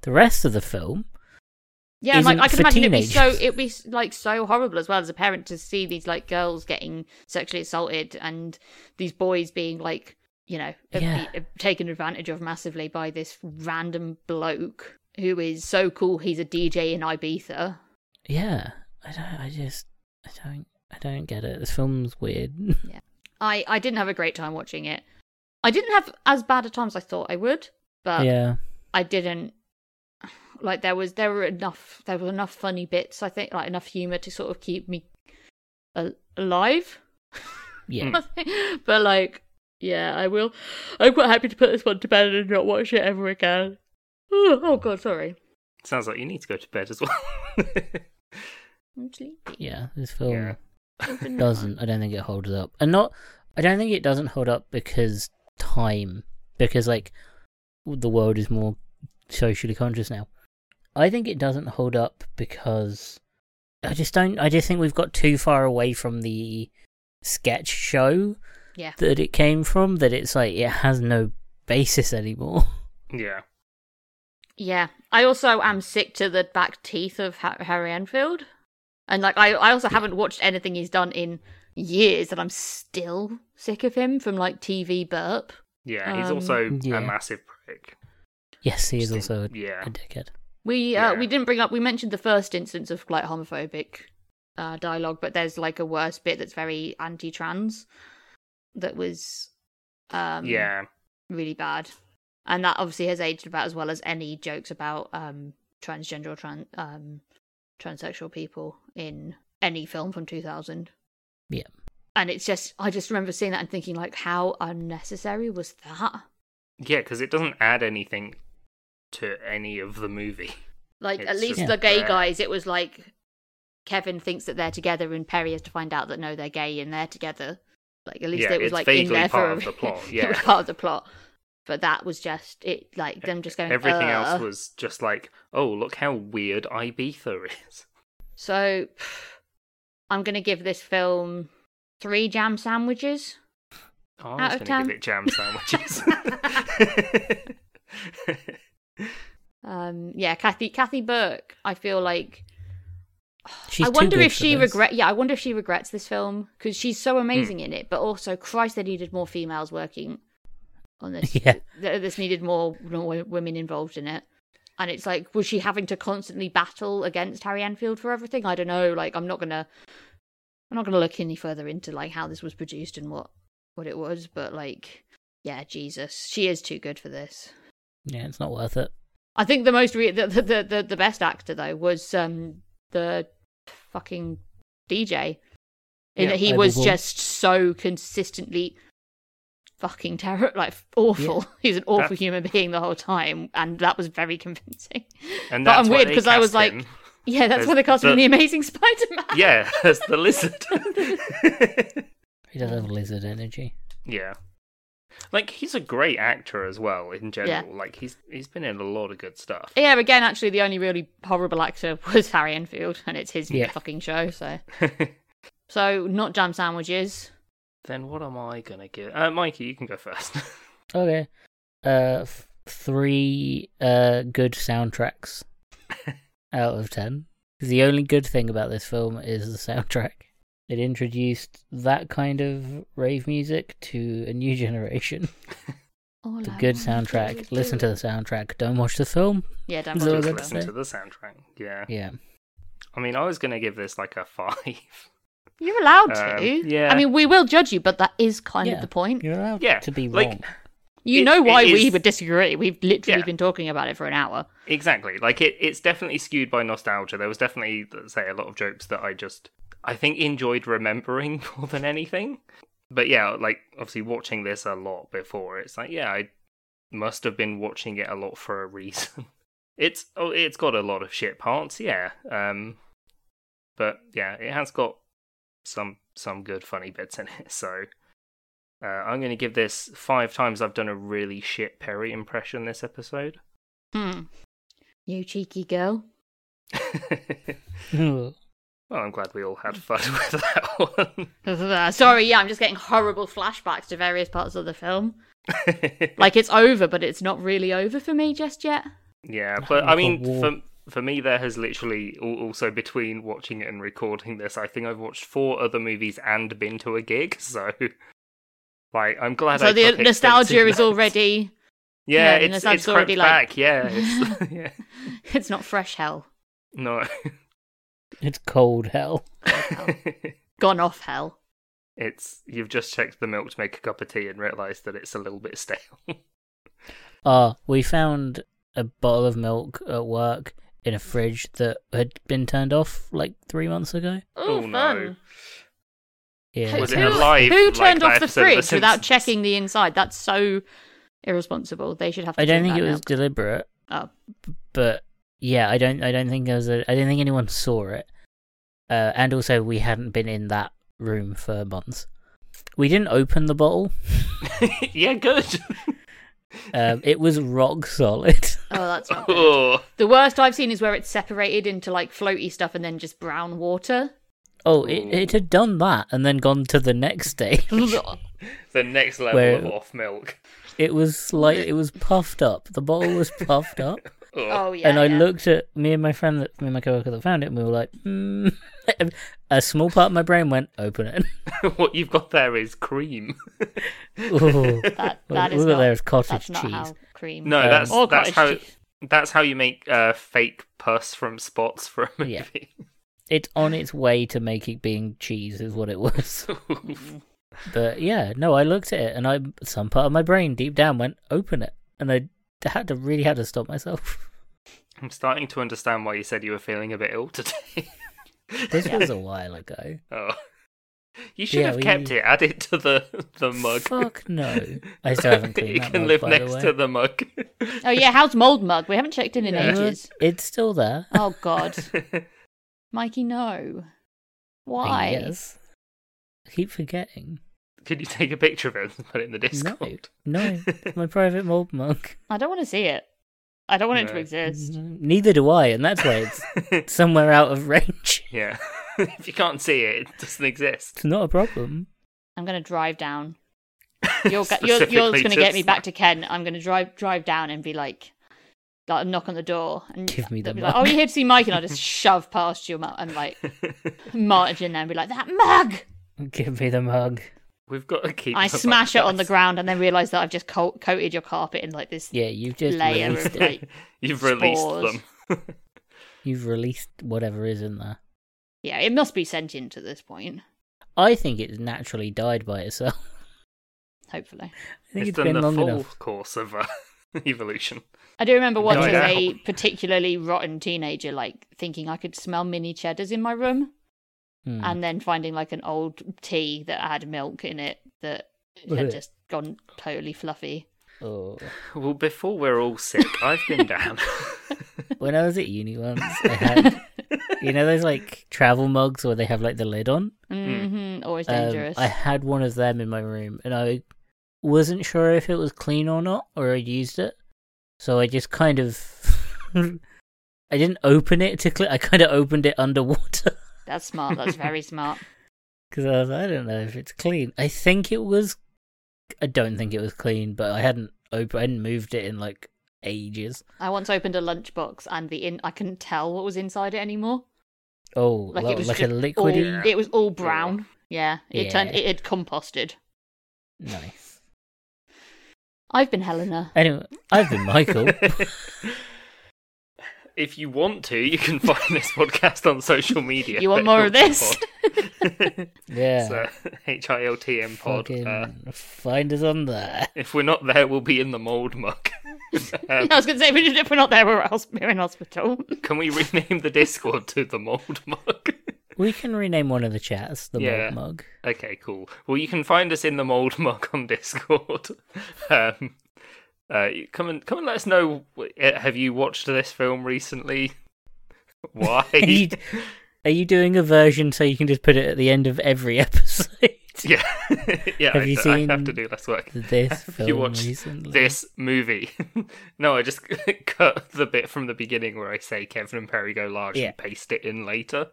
Speaker 2: The rest of the film
Speaker 3: Yeah, and, like
Speaker 2: isn't
Speaker 3: I can
Speaker 2: for
Speaker 3: imagine it'd be so
Speaker 2: teenagers.
Speaker 3: it'd be like so horrible as well as a parent to see these like girls getting sexually assaulted and these boys being like you know ab-
Speaker 2: Yeah. Yeah, I don't. I just. I don't. I don't get it. This film's weird.
Speaker 3: I I didn't have a great time watching Uh, it. I didn't have as bad a time as I thought I would, but
Speaker 2: yeah,
Speaker 3: I didn't like there was there were enough there were enough funny bits I think like enough humor to sort of keep me al- alive.
Speaker 2: Yeah.
Speaker 3: but like yeah, I will. I'm quite happy to put this one to bed and not watch it ever again. Oh, oh god, sorry.
Speaker 1: Sounds like you need to go to bed as well.
Speaker 3: I'm sleepy.
Speaker 2: Yeah, this film
Speaker 1: Yeah.
Speaker 3: Open
Speaker 2: doesn't. I don't think it holds up, and not. I don't think it doesn't hold up because time, because like the world is more socially conscious now. I think it doesn't hold up because I just don't. I just think we've got too far away from the sketch show
Speaker 3: Yeah.
Speaker 2: that it came from. That it's like it has no basis anymore.
Speaker 1: yeah.
Speaker 3: Yeah. I also am sick to the back teeth of Ha- Harry Enfield. And like I, I also haven't watched anything he's done in years and I'm still sick of him from like TV burp.
Speaker 1: Yeah. He's
Speaker 3: Um,
Speaker 1: also
Speaker 2: yeah.
Speaker 1: a massive prick.
Speaker 2: Yes, he is
Speaker 1: Just
Speaker 2: also a,
Speaker 1: in- yeah.
Speaker 2: a dickhead.
Speaker 3: We uh,
Speaker 1: Yeah.
Speaker 3: we didn't bring up we mentioned the first instance of like homophobic uh, dialogue, but there's like a worse bit that's very anti trans that was um
Speaker 1: yeah.
Speaker 3: really bad. And that obviously has aged about as well as any jokes about um, transgender or tran- um, transsexual people in any film from 2000.
Speaker 2: Yeah.
Speaker 3: And it's just, I just remember seeing that and thinking, like, how unnecessary was that?
Speaker 1: Yeah, because it doesn't add anything to any of the movie.
Speaker 3: Like, at
Speaker 1: It's
Speaker 3: least
Speaker 1: just
Speaker 3: the gay
Speaker 1: there.
Speaker 3: guys, it was like Kevin thinks that they're together and Perry has to find out that no, they're gay and they're together. Like, at least
Speaker 1: Yeah,
Speaker 3: it was
Speaker 1: it's
Speaker 3: like in
Speaker 1: vaguely
Speaker 3: there
Speaker 1: part
Speaker 3: for a
Speaker 1: of the
Speaker 3: re-
Speaker 1: plot,
Speaker 3: it was
Speaker 1: yeah.
Speaker 3: part of the plot. But that was just it, like them just going.
Speaker 1: Everything else
Speaker 3: "Uh."
Speaker 1: was just like, oh, look how weird Ibiza is.
Speaker 3: So I'm going to give this film three jam sandwiches.
Speaker 1: Oh,
Speaker 3: Out
Speaker 1: I was
Speaker 3: of
Speaker 1: going to
Speaker 3: ten.
Speaker 1: give it jam sandwiches.
Speaker 3: Um, yeah, Kathy Kathy Burke. I feel like
Speaker 2: She's
Speaker 3: I
Speaker 2: too
Speaker 3: wonder
Speaker 2: good
Speaker 3: if
Speaker 2: for
Speaker 3: she
Speaker 2: this. Hmm.
Speaker 3: regret. Yeah, I wonder if she regrets this film because she's so amazing in it. But also, Christ, they needed more females working on this.
Speaker 2: Yeah.
Speaker 3: Th- this needed more more women involved in it. And it's like, was she having to constantly battle against Harry Enfield for everything? I don't know. Like, I'm not gonna, I'm not gonna look any further into like how this was produced and what what it was. But like, yeah, Jesus, she is too good for this.
Speaker 2: Yeah, it's not worth it.
Speaker 3: I think the most re- the, the the the- the best actor though was um the fucking DJ. In
Speaker 1: Yeah,
Speaker 3: that he
Speaker 2: Abel
Speaker 3: was
Speaker 2: Wall.
Speaker 3: just so consistently fucking terrible, like awful. He was an awful
Speaker 1: That-
Speaker 3: human being the whole time, and that was very convincing.
Speaker 1: and
Speaker 3: But
Speaker 1: that's
Speaker 3: I'm
Speaker 1: why
Speaker 3: weird
Speaker 1: they
Speaker 3: 'cause I was
Speaker 1: cast
Speaker 3: like-
Speaker 1: him.
Speaker 3: Yeah, that's
Speaker 1: There's
Speaker 3: why they cast him in
Speaker 1: the-
Speaker 3: the Amazing Spider-Man.
Speaker 1: yeah, as the lizard.
Speaker 2: He does have lizard energy.
Speaker 1: yeah. Like he's a great actor as well in general. Like he's he's been in a lot of good stuff.
Speaker 3: Yeah, again, actually, the only really horrible actor was Harry Enfield, and it's his
Speaker 2: Yeah.
Speaker 3: fucking show. So, so not jam sandwiches.
Speaker 1: then what am I gonna give? Uh, Mikey, you can go first.
Speaker 2: Okay. Uh, f- three uh good soundtracks out of ten. 'Cause The only good thing about this film is the soundtrack. It introduced that kind of rave music to a new generation.
Speaker 3: All
Speaker 2: The
Speaker 3: I
Speaker 2: good
Speaker 3: wanna do
Speaker 2: soundtrack.
Speaker 3: is
Speaker 2: Listen to
Speaker 3: do
Speaker 2: the
Speaker 3: it.
Speaker 2: soundtrack. Don't watch the film.
Speaker 3: Yeah, damn.
Speaker 2: Is
Speaker 3: right.
Speaker 2: all
Speaker 1: Just
Speaker 2: good to
Speaker 1: listen
Speaker 2: say?
Speaker 1: to the soundtrack. Yeah.
Speaker 2: Yeah.
Speaker 1: I mean, I was gonna give this like a five.
Speaker 3: You're allowed
Speaker 1: Um,
Speaker 3: to.
Speaker 1: yeah.
Speaker 3: I mean, we will judge you, but that is kind
Speaker 2: Yeah.
Speaker 3: of the point.
Speaker 2: You're allowed
Speaker 1: yeah,
Speaker 2: to be
Speaker 1: like
Speaker 2: wrong.
Speaker 3: You
Speaker 1: It-
Speaker 3: know
Speaker 1: it
Speaker 3: why we
Speaker 1: is-
Speaker 3: would disagree. We've literally
Speaker 1: Yeah.
Speaker 3: been talking about it for an hour.
Speaker 1: Exactly. Like it, it's definitely skewed by nostalgia. There was definitely, let's say, a lot of jokes that I just, I think, enjoyed remembering more than anything. But yeah, like obviously watching this a lot before, it's like, yeah, I must have been watching it a lot for a reason. It's oh, it's got a lot of shit parts, yeah. Um, but yeah, it has got some some good funny bits in it. So uh, I'm going to give this five times. I've done a really shit Perry impression this episode.
Speaker 3: Hmm. You cheeky girl.
Speaker 1: Well, I'm glad we all had fun with that one.
Speaker 3: Sorry, yeah, I'm just getting horrible flashbacks to various parts of the film. Like it's over, but it's not really over for me just yet.
Speaker 1: yeah,
Speaker 2: Nothing
Speaker 1: but
Speaker 2: like
Speaker 1: I
Speaker 2: a
Speaker 1: mean,
Speaker 2: war.
Speaker 1: for for me, there has literally al- also between watching it and recording this, I think I've watched four other movies and been to a gig. So, like, I'm glad.
Speaker 3: so
Speaker 1: I
Speaker 3: the
Speaker 1: took
Speaker 3: nostalgia
Speaker 1: extensive
Speaker 3: is
Speaker 1: notes.
Speaker 3: already yeah,
Speaker 1: yeah,
Speaker 3: the
Speaker 1: it's
Speaker 3: nostalgia's
Speaker 1: it's crept
Speaker 3: already, like-
Speaker 1: back. Yeah, it's, yeah,
Speaker 3: it's not fresh hell.
Speaker 1: no,
Speaker 2: it's cold hell.
Speaker 3: Gone off hell.
Speaker 1: it's you've just checked the milk to make a cup of tea and realised that it's a little bit stale.
Speaker 2: Ah, Uh, we found a bottle of milk at work in a fridge that had been turned off like three months ago.
Speaker 1: Oh,
Speaker 3: Oh,
Speaker 1: no.
Speaker 3: fun.
Speaker 2: Yeah,
Speaker 3: Who-
Speaker 1: Was it
Speaker 3: who,
Speaker 1: alive,
Speaker 3: who
Speaker 1: like
Speaker 3: turned
Speaker 1: that
Speaker 3: off the
Speaker 1: episode of The
Speaker 3: fridge without
Speaker 1: Simpsons?
Speaker 3: checking the inside? That's so irresponsible. They should have. To
Speaker 2: I don't
Speaker 3: clean
Speaker 2: think it
Speaker 3: that Oh.
Speaker 2: was deliberate,
Speaker 3: now.
Speaker 2: but yeah, I don't. I don't think there was. A, I don't think anyone saw it. Uh, and also, we hadn't been in that room for months. We didn't open the bottle.
Speaker 1: yeah, good.
Speaker 2: Um, it was rock solid.
Speaker 3: Oh, oh, that's not good.
Speaker 1: Oh,
Speaker 3: the worst I've seen is where it's separated into like floaty stuff and then just brown water.
Speaker 2: Oh, it, it had done that and then gone to the next stage.
Speaker 1: the next level
Speaker 2: Where-
Speaker 1: of off milk.
Speaker 2: It was like it was puffed up. The bottle was puffed up,
Speaker 1: Oh.
Speaker 3: oh yeah.
Speaker 2: and I
Speaker 3: yeah.
Speaker 2: looked at me and my friend, that, me and my coworker that found it, and we were like, mm. a small part of my brain went, open it.
Speaker 1: what you've got there is cream.
Speaker 2: Ooh.
Speaker 3: That,
Speaker 2: What-
Speaker 3: that is
Speaker 2: what
Speaker 3: not,
Speaker 2: there is cottage
Speaker 3: that's not
Speaker 2: cheese.
Speaker 3: how cream.
Speaker 1: No,
Speaker 2: Um,
Speaker 1: that's
Speaker 3: Or
Speaker 1: that's how
Speaker 3: cottage
Speaker 1: that's how you make uh, fake pus from spots for a
Speaker 2: Yeah.
Speaker 1: movie.
Speaker 2: It's on its way to make it being cheese, is what it was. But yeah, no, I looked at it, and I some part of my brain deep down went, open it, and I had to really had to stop myself.
Speaker 1: I'm starting to understand why you said you were feeling a bit ill today.
Speaker 2: This was a while ago.
Speaker 1: Oh. You should
Speaker 2: Yeah,
Speaker 1: have
Speaker 2: we-
Speaker 1: kept it. Add it to the the mug.
Speaker 2: Fuck no! I still haven't cleaned
Speaker 1: you
Speaker 2: that
Speaker 1: can
Speaker 2: mug,
Speaker 1: live
Speaker 2: by
Speaker 1: next
Speaker 2: the way.
Speaker 1: to the mug.
Speaker 3: Oh yeah, how's mold mug? We haven't checked in in
Speaker 1: Yeah.
Speaker 3: ages.
Speaker 2: It's still there.
Speaker 3: Oh god, Mikey, no. Why?
Speaker 2: Yes. I keep forgetting.
Speaker 1: Can you take a picture of it and put it in the Discord?
Speaker 2: No, no, my private mold mug.
Speaker 3: I don't want to see it. I don't want it to
Speaker 1: No.
Speaker 2: Mm-hmm.
Speaker 3: exist.
Speaker 2: Neither do I, and that's why it's somewhere out of range.
Speaker 1: yeah. if you can't see it, it doesn't exist.
Speaker 2: It's not a problem.
Speaker 3: I'm gonna drive down. You're go- you're, you're
Speaker 1: Specifically
Speaker 3: gonna get me
Speaker 1: just-
Speaker 3: back to Ken. I'm gonna drive drive down and be like, like knock on the door and
Speaker 2: Give me the
Speaker 3: they'll be like,
Speaker 2: mug.
Speaker 3: oh, you here to see Mike? And I'll just shove past you mu- and like march in there and be like, that mug.
Speaker 2: Give me the mug.
Speaker 1: We've got to keep.
Speaker 3: I
Speaker 1: the mug
Speaker 3: smash it on the
Speaker 1: first.
Speaker 3: ground and then realize that I've just co- coated your carpet in like this
Speaker 2: Yeah, you've just
Speaker 3: layer
Speaker 2: released,
Speaker 3: of like
Speaker 1: You've released
Speaker 3: spores.
Speaker 1: them.
Speaker 2: you've released whatever is in there.
Speaker 3: yeah, it must be sentient at this point.
Speaker 2: I think it's naturally died by itself.
Speaker 3: Hopefully,
Speaker 2: I think
Speaker 1: it's
Speaker 2: it's
Speaker 1: done
Speaker 2: been
Speaker 1: the
Speaker 2: long
Speaker 1: full
Speaker 2: enough.
Speaker 1: course of uh, evolution.
Speaker 3: I do remember once
Speaker 1: Died
Speaker 3: as
Speaker 1: out.
Speaker 3: a particularly rotten teenager, like thinking I could smell mini cheddars in my room.
Speaker 2: Hmm.
Speaker 3: and then finding like an old tea that had milk in it that
Speaker 2: Ugh.
Speaker 3: had just gone totally fluffy.
Speaker 2: Oh.
Speaker 1: Well, before we're all sick, I've been down.
Speaker 2: When I was at uni once, I had you know those like travel mugs where they have like the lid on.
Speaker 3: hmm Always
Speaker 2: Um,
Speaker 3: dangerous.
Speaker 2: I had one of them in my room, and I wasn't sure if it was clean or not, or I'd used it. So I just kind of, I didn't open it to clean. I kind of opened it underwater
Speaker 3: That's smart. That's very smart.
Speaker 2: because I was, I don't know if it's clean. I think it was. I don't think it was clean, but I hadn't opened, I hadn't moved it in like ages.
Speaker 3: I once opened a lunchbox and the in I couldn't tell what was inside it anymore.
Speaker 2: Oh,
Speaker 3: Like
Speaker 2: like,
Speaker 3: it was
Speaker 2: like a
Speaker 3: just
Speaker 2: liquidy.
Speaker 3: All, it was all brown. Yeah, it turned.
Speaker 2: Yeah.
Speaker 3: It had composted.
Speaker 2: Nice.
Speaker 3: I've been Helena.
Speaker 2: Anyway, I've been Michael.
Speaker 1: if you want to, you can find this podcast on social media.
Speaker 3: You want more of this?
Speaker 2: Yeah.
Speaker 1: So, H I L T M pod.
Speaker 2: Fucking
Speaker 1: Uh,
Speaker 2: find us on there.
Speaker 1: if we're not there, we'll be in the mold mug. Um,
Speaker 3: I was going to say if we're- if we're not there, we're, else, we're in hospital.
Speaker 1: Can we rename the Discord to the mold mug?
Speaker 2: We can rename one of the chats the
Speaker 1: Yeah.
Speaker 2: Malt Mug.
Speaker 1: okay, cool. Well, you can find us in the mold mug on Discord. Um, uh, you- come and come and let us know. wh- uh, Have you watched this film recently? Why?
Speaker 2: Are you, are you doing a version so you can just put it at the end of every episode?
Speaker 1: Yeah, yeah.
Speaker 2: Have
Speaker 1: I,
Speaker 2: you
Speaker 1: d- I have
Speaker 2: seen
Speaker 1: to do less work.
Speaker 2: This film
Speaker 1: you watched
Speaker 2: recently.
Speaker 1: This movie. no, I just cut the bit from the beginning where I say Kevin and Perry go large
Speaker 2: Yeah.
Speaker 1: and paste it in later.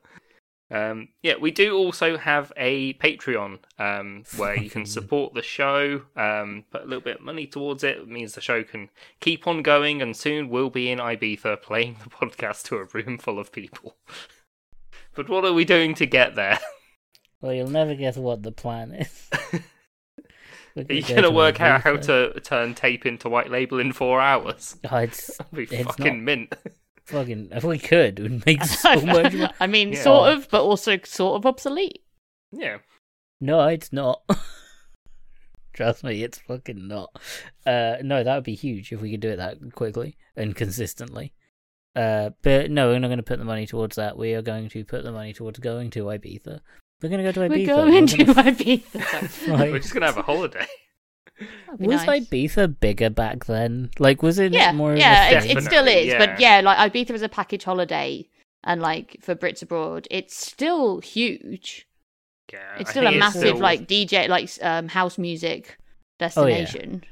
Speaker 1: Um, yeah, we do also have a Patreon um, where you can
Speaker 2: Fucking-
Speaker 1: support the show, um, put a little bit of money towards it. It means the show can keep on going, and soon we'll be in Ibiza playing the podcast to a room full of people. but what are we doing to get there?
Speaker 2: Well, you'll never guess what the plan is. We're
Speaker 1: Are you
Speaker 2: go
Speaker 1: going to
Speaker 2: a
Speaker 1: work out how
Speaker 2: booth.
Speaker 1: to turn tape into white label in four hours?
Speaker 2: Oh, it's
Speaker 1: That'd be
Speaker 2: It's
Speaker 1: fucking
Speaker 2: not-
Speaker 1: mint.
Speaker 2: fucking. If we could, it would make so much. More.
Speaker 3: I mean,
Speaker 1: Yeah.
Speaker 3: sort of, but also sort of obsolete.
Speaker 1: Yeah.
Speaker 2: No, it's not. Trust me, it's fucking not. Uh, no, that would be huge if we could do it that quickly and consistently. Uh, but no, we're not going to put the money towards that. We are going to put the money towards going to Ibiza. We're going to go to Ibiza.
Speaker 3: We're going to
Speaker 2: gonna-
Speaker 3: Ibiza.
Speaker 1: We're
Speaker 2: Like,
Speaker 1: just gonna have a holiday.
Speaker 3: That'd be
Speaker 2: was
Speaker 3: nice.
Speaker 2: Ibiza bigger back then? Like, was it
Speaker 3: yeah,
Speaker 2: more?
Speaker 3: yeah,
Speaker 2: of a
Speaker 3: it,
Speaker 2: thing?
Speaker 3: it still
Speaker 1: Definitely,
Speaker 3: is.
Speaker 1: yeah.
Speaker 3: But yeah, like Ibiza is a package holiday, and like for Brits abroad, it's still huge.
Speaker 1: Yeah,
Speaker 3: It's
Speaker 1: Uh, I
Speaker 3: still a
Speaker 1: think
Speaker 3: massive
Speaker 1: still-
Speaker 3: like DJ, like um, house music destination.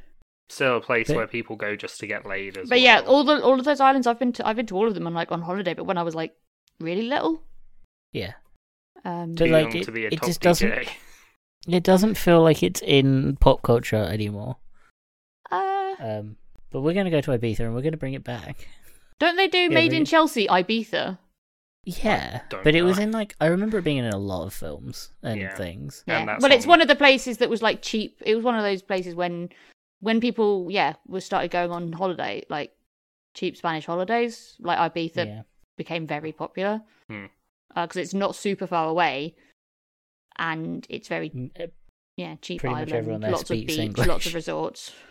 Speaker 1: still a place
Speaker 2: But-
Speaker 1: where people go just to get laid as
Speaker 3: But yeah,
Speaker 1: well.
Speaker 3: all the all of those islands I've been to, I've been to all of them on like on holiday. But when I was like really little,
Speaker 2: yeah.
Speaker 3: um,
Speaker 2: Don't-
Speaker 1: Too
Speaker 2: like,
Speaker 1: young
Speaker 2: it-
Speaker 1: to be a
Speaker 2: it
Speaker 1: top
Speaker 2: just doesn't-
Speaker 1: DJ.
Speaker 2: It doesn't feel like it's in pop culture anymore.
Speaker 3: uh,
Speaker 2: Um, but we're going to go to Ibiza and we're going to bring it back.
Speaker 3: don't they do Made
Speaker 2: they-
Speaker 3: in Chelsea Ibiza?
Speaker 2: Yeah,
Speaker 1: don't
Speaker 2: but it was
Speaker 1: know.
Speaker 2: in like I remember it being in a lot of films and
Speaker 1: Yeah.
Speaker 2: things.
Speaker 1: And
Speaker 3: Yeah,
Speaker 1: that's
Speaker 3: well, it's
Speaker 1: on-
Speaker 3: one of the places that was like cheap. It was one of those places when when people yeah was started going on holiday like cheap Spanish holidays like Ibiza
Speaker 2: yeah,
Speaker 3: became very popular
Speaker 1: Hmm.
Speaker 3: because it's not super far away and it's very
Speaker 2: M- uh,
Speaker 3: yeah cheap
Speaker 2: Pretty much
Speaker 3: island.
Speaker 2: everyone there
Speaker 3: lots of
Speaker 2: speaks
Speaker 3: beach,
Speaker 2: English.
Speaker 3: lots of resorts.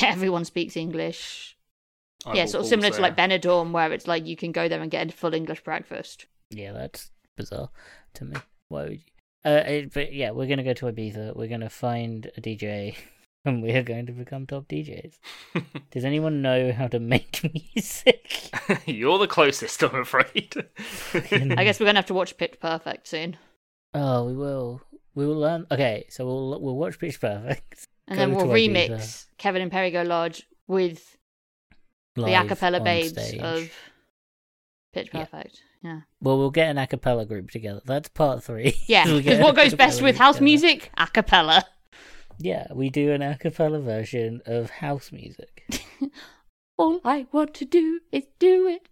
Speaker 3: Yeah, everyone speaks English.
Speaker 1: I
Speaker 3: yeah,
Speaker 1: will
Speaker 3: sort of similar
Speaker 1: pause
Speaker 3: to like
Speaker 1: there.
Speaker 3: Benidorm, where it's like you can go there and get a full English breakfast.
Speaker 2: yeah, that's bizarre to me. Why would you? Uh, it, but yeah, we're going to go to Ibiza. We're going to find a DJ, and we are going to become top DJs. Does anyone know how to make music?
Speaker 1: You're the closest, I'm afraid.
Speaker 3: I guess we're gonna have to watch Pitch Perfect soon,
Speaker 2: Oh, we will. We will learn. Okay, so we'll we'll watch Pitch Perfect. Go
Speaker 3: and then we'll
Speaker 2: to
Speaker 3: remix
Speaker 2: Ibiza.
Speaker 3: Kevin and Perry Go Large with
Speaker 2: live
Speaker 3: the acapella
Speaker 2: on
Speaker 3: babes
Speaker 2: stage.
Speaker 3: of Pitch
Speaker 2: Yeah.
Speaker 3: Perfect. Yeah,
Speaker 2: Well, we'll get an a cappella group together. That's part three.
Speaker 3: yeah.
Speaker 2: We'll get
Speaker 3: Because
Speaker 2: an
Speaker 3: what
Speaker 2: a
Speaker 3: goes best
Speaker 2: cappella
Speaker 3: with
Speaker 2: group
Speaker 3: house
Speaker 2: together.
Speaker 3: music? A cappella.
Speaker 2: Yeah, we do an a cappella version of house music.
Speaker 3: All I want to do is do it.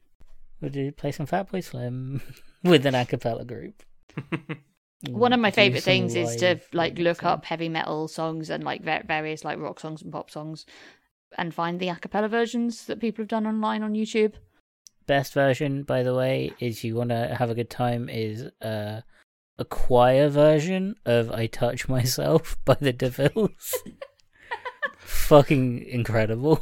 Speaker 2: We do play some Fatboy Slim with an a cappella group.
Speaker 3: One of my
Speaker 2: Mm, Do
Speaker 3: favorite
Speaker 2: some
Speaker 3: things is to
Speaker 2: live
Speaker 3: like
Speaker 2: remixing.
Speaker 3: look up heavy metal songs and like va- various like rock songs and pop songs, and find the a cappella versions that people have done online on YouTube.
Speaker 2: Best version, by the way, is you want to have a good time is uh, a choir version of "I Touch Myself" by the Devils. Fucking incredible.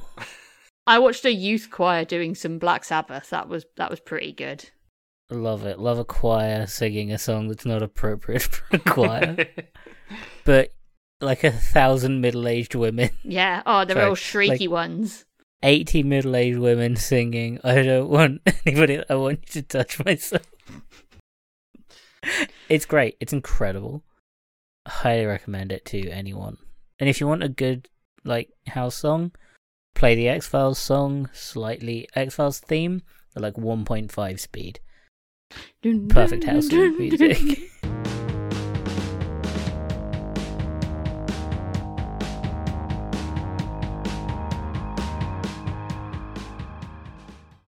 Speaker 3: I watched a youth choir doing some Black Sabbath. That was that was pretty good.
Speaker 2: Love it. Love a choir singing a song that's not appropriate for a choir. but like a thousand middle aged women,
Speaker 3: Yeah. Oh, they're
Speaker 2: Sorry,
Speaker 3: all shrieky
Speaker 2: like-
Speaker 3: ones.
Speaker 2: 80 middle aged women singing, I don't want anybody, I want you to touch myself. it's great. It's incredible. Highly recommend it to anyone. And if you want a good, like, house song, play the X Files song, slightly X Files theme, at like 1.5 speed. Perfect house music.